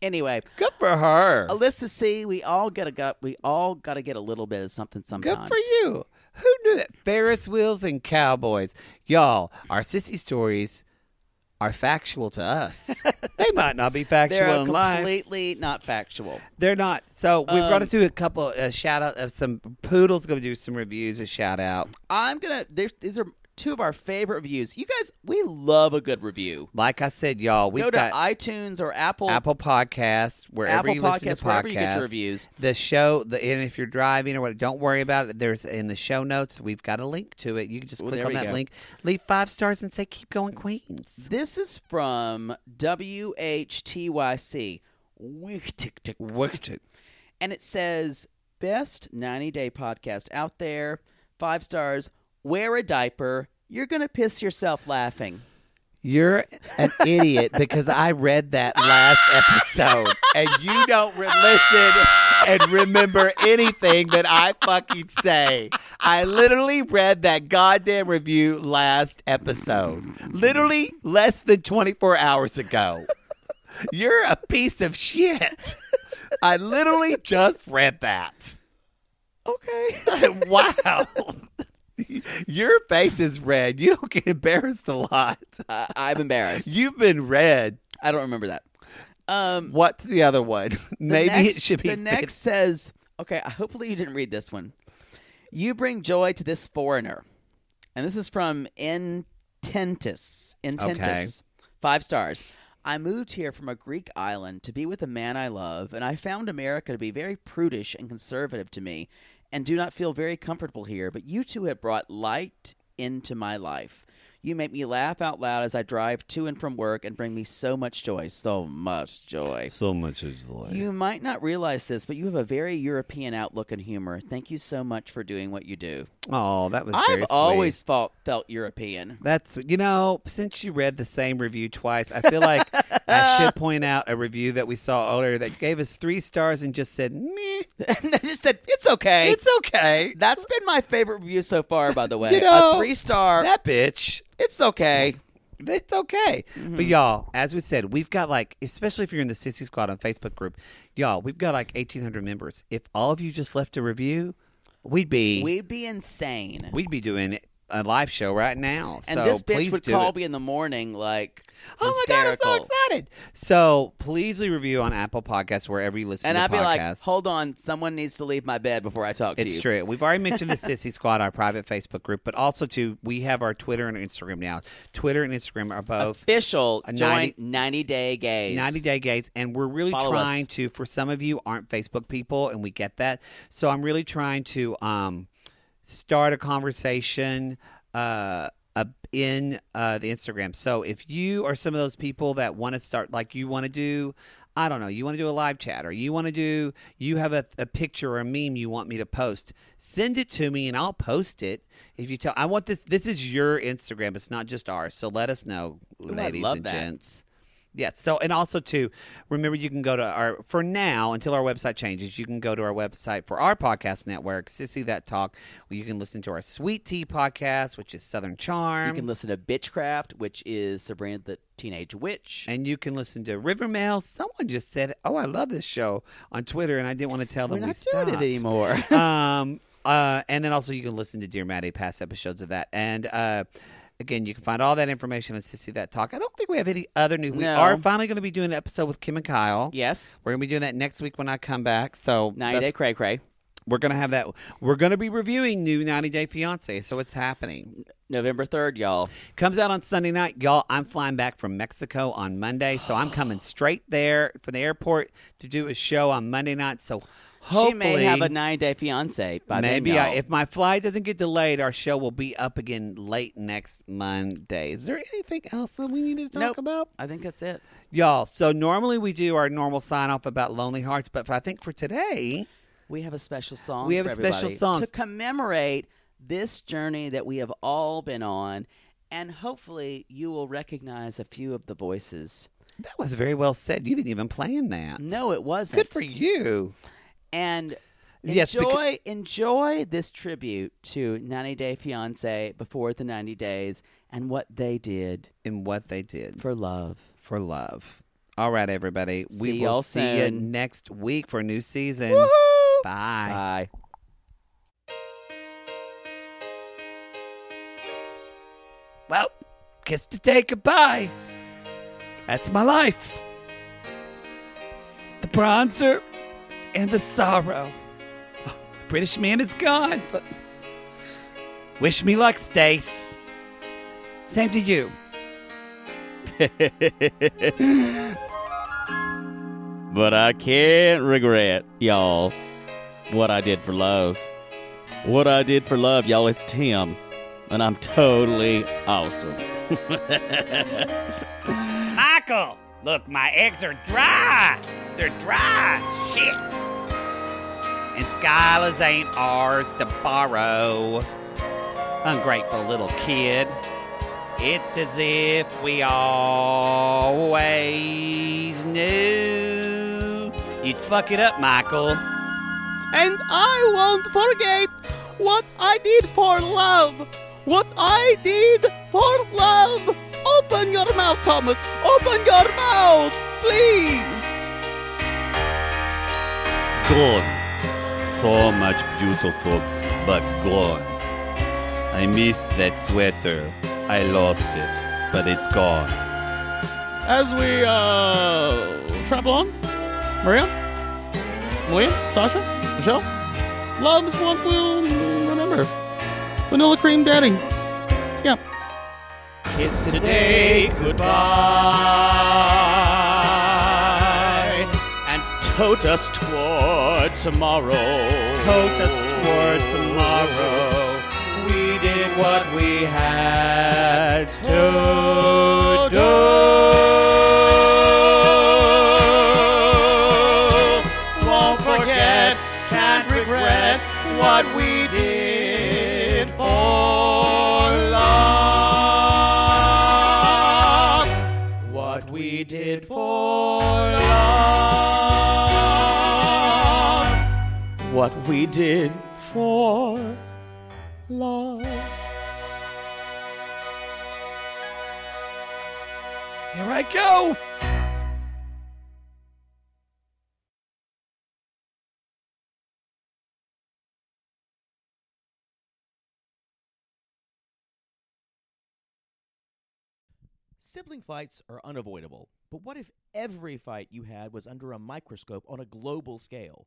A: Anyway,
B: Good for her.
A: Alyssa C, we all gotta got we all gotta get a little bit of something
B: Good
A: sometimes.
B: for you. Who knew that? Ferris wheels and cowboys. Y'all, our sissy stories are factual to us. they might not be factual
A: They're
B: in life.
A: completely not factual.
B: They're not. So we've got
A: um,
B: to do a couple a shout out of some poodles going to do some reviews a shout out
A: I'm gonna. there's- These are two of our favorite reviews. You guys, we love a good review.
B: like I said y'all we've
A: Go to
B: got
A: iTunes or Apple.
B: Apple Podcasts wherever
A: Apple
B: you listen to
A: Podcasts, wherever you get your
B: podcasts.
A: reviews.
B: the show the and if you're driving or what don't worry about it there's in the show notes we've got a link to it you can just
A: Well,
B: click
A: there
B: on
A: we
B: that
A: go.
B: link leave five stars and say keep going queens
A: This is from W H T Y C. And it says best 90 day podcast out there. Five stars. Wear a diaper. You're gonna piss yourself laughing.
B: You're an idiot because I read that last episode and you don't re- listen and remember anything that I fucking say. I literally read that goddamn review last episode. Literally less than 24 hours ago. You're a piece of shit. I literally just read that. Okay. wow. Your face is red. You don't get embarrassed a lot.
A: Uh, I'm embarrassed.
B: You've been read.
A: I don't remember that. Um,
B: What's the other one?
A: The
B: Maybe
A: next-
B: it should be
A: The next says, okay, hopefully you didn't read this one. You bring joy to this foreigner. And this is from Intentus. Intentus.
B: Okay.
A: Five stars. I moved here from a Greek island to be with a man I love, and I found America to be very prudish and conservative to me, and do not feel very comfortable here, but you two have brought light into my life. You make me laugh out loud as I drive to and from work and bring me so much joy, so much joy.
B: So much is like
A: You might not realize this, but you have a very European outlook and humor. Thank you so much for doing what you do.
B: Oh, that was. very
A: I've
B: sweet.
A: always felt, felt European.
B: That's you know, since you read the same review twice, I feel like I should point out a review that we saw earlier that gave us three stars and just said meh.
A: I just said, it's okay.
B: It's okay.
A: That's been my favorite review so far, by the way.
B: You know,
A: a three star.
B: That bitch.
A: it's okay.
B: It's okay.
A: Mm-hmm.
B: But y'all, as we said, we've got like, especially if you're in the Sissy Squad on Facebook group, y'all, we've got like 1,800 members. If all of you just left a review, we'd be
A: We'd be insane.
B: we'd be doing a live show right now.
A: and
B: so
A: this bitch
B: please
A: would
B: do
A: call
B: it.
A: me in the morning, like,
B: Oh my god, I'm
A: hysterical.
B: so excited! So please leave review on Apple Podcasts wherever you listen
A: And
B: to
A: I'd be like,
B: podcasts.
A: hold on, someone needs to leave my bed before I talk to
B: it's
A: you.
B: true. We've already mentioned the Sissy Squad, our private Facebook group, but also too, we have our Twitter and Instagram now. Twitter and Instagram are both
A: Official,
B: A
A: join
B: 90
A: 90, Day Gays.
B: 90 day gays and we're really
A: Follow us.
B: trying to for some of you aren't facebook people and we get that so i'm really trying to um start a conversation uh uh, in uh, the Instagram. So if you are some of those people that want to start, like you want to do, I don't know, you want to do a live chat or you want to do, you have a, a picture or a meme you want me to post, send it to me and I'll post it. If you tell, I want this, this is your Instagram. It's not just ours. So let us know,
A: I
B: ladies
A: love
B: and
A: that.
B: gents. Yes. So, and also too, remember you can go to our for now until our website changes. You can go to our website for our podcast network, Sissy That Talk. Where you can listen to our Sweet Tea podcast, which is Southern Charm,
A: You can listen to Bitchcraft, which is Sabrina the Teenage Witch.
B: and you can listen to Rivermail. Someone just said, "Oh, I love this show" on Twitter, and I didn't want to tell
A: We're
B: them we
A: not doing
B: stopped.
A: it anymore.
B: um, uh, and then also you can listen to Dear Maddie past episodes of that. And uh, again, you can find all that information on Sissy That Talk. I don't think we have any other new. We
A: No.
B: are finally going to be doing an episode with Kim and Kyle.
A: yes.
B: We're gonna be doing that next week when I come back. So
A: 90 Day
B: that's-
A: Cray Cray.
B: we're gonna have that. We're gonna be reviewing new 90 Day Fiance. So it's happening.
A: November 3rd, y'all.
B: Comes out on Sunday night, y'all. I'm flying back from Mexico on Monday, so I'm coming straight there from the airport to do a show on Monday night. So hopefully,
A: she may have a 90 Day Fiance by
B: maybe
A: then,
B: I,
A: y'all.
B: if my flight doesn't get delayed, our show will be up again late next Monday. Is there anything else that we need to talk
A: Nope.
B: about?
A: I think that's it.
B: Y'all, so normally we do our normal sign off about Lonely Hearts, but I think for today,
A: We have a special song.
B: We have
A: for
B: a special
A: everybody
B: song.
A: to commemorate this journey that we have all been on, and hopefully you will recognize a few of the voices.
B: That was very well said. You didn't even plan that.
A: No, it wasn't.
B: Good for you.
A: And
B: Yes,
A: enjoy
B: because-
A: enjoy this tribute to 90 Day Fiance before the 90 days and what they did
B: In what they did for,
A: for love.
B: for love. All right, everybody. we
A: See
B: will
A: y'all
B: see you
A: soon.
B: next week for a new season. Bye.
A: Bye.
B: Well, kiss to take goodbye. That's my life. The bronzer and the sorrow. British man is gone, but wish me luck, Stace. Same to you.
C: But I can't regret, y'all, what I did for love. What I did for love, y'all, it's Tim. And I'm totally awesome.
F: Michael, look, my eggs are dry. They're dry. Shit.
B: And Skylar's ain't ours to borrow. Ungrateful little kid. It's as if we always knew you'd fuck it up, Michael.
A: And I won't forget what I did for love. What I did for love. Open your mouth, Thomas. Open your mouth, please.
B: Gone. So much beautiful, but gone. I missed that sweater. I lost it, but it's gone.
D: As we uh, travel on, Maria, William, Sasha, Michelle, love is what we'll remember. Vanilla cream daddy. Yeah.
C: Kiss today goodbye. And
A: Tote us toward tomorrow.
B: Tote us toward tomorrow. We did what we had to do. Won't forget, can't regret what we did for love. What we did for love.
A: What we did for love.
B: Here I go.
E: Sibling fights are unavoidable, but what if every fight you had was under a microscope on a global scale?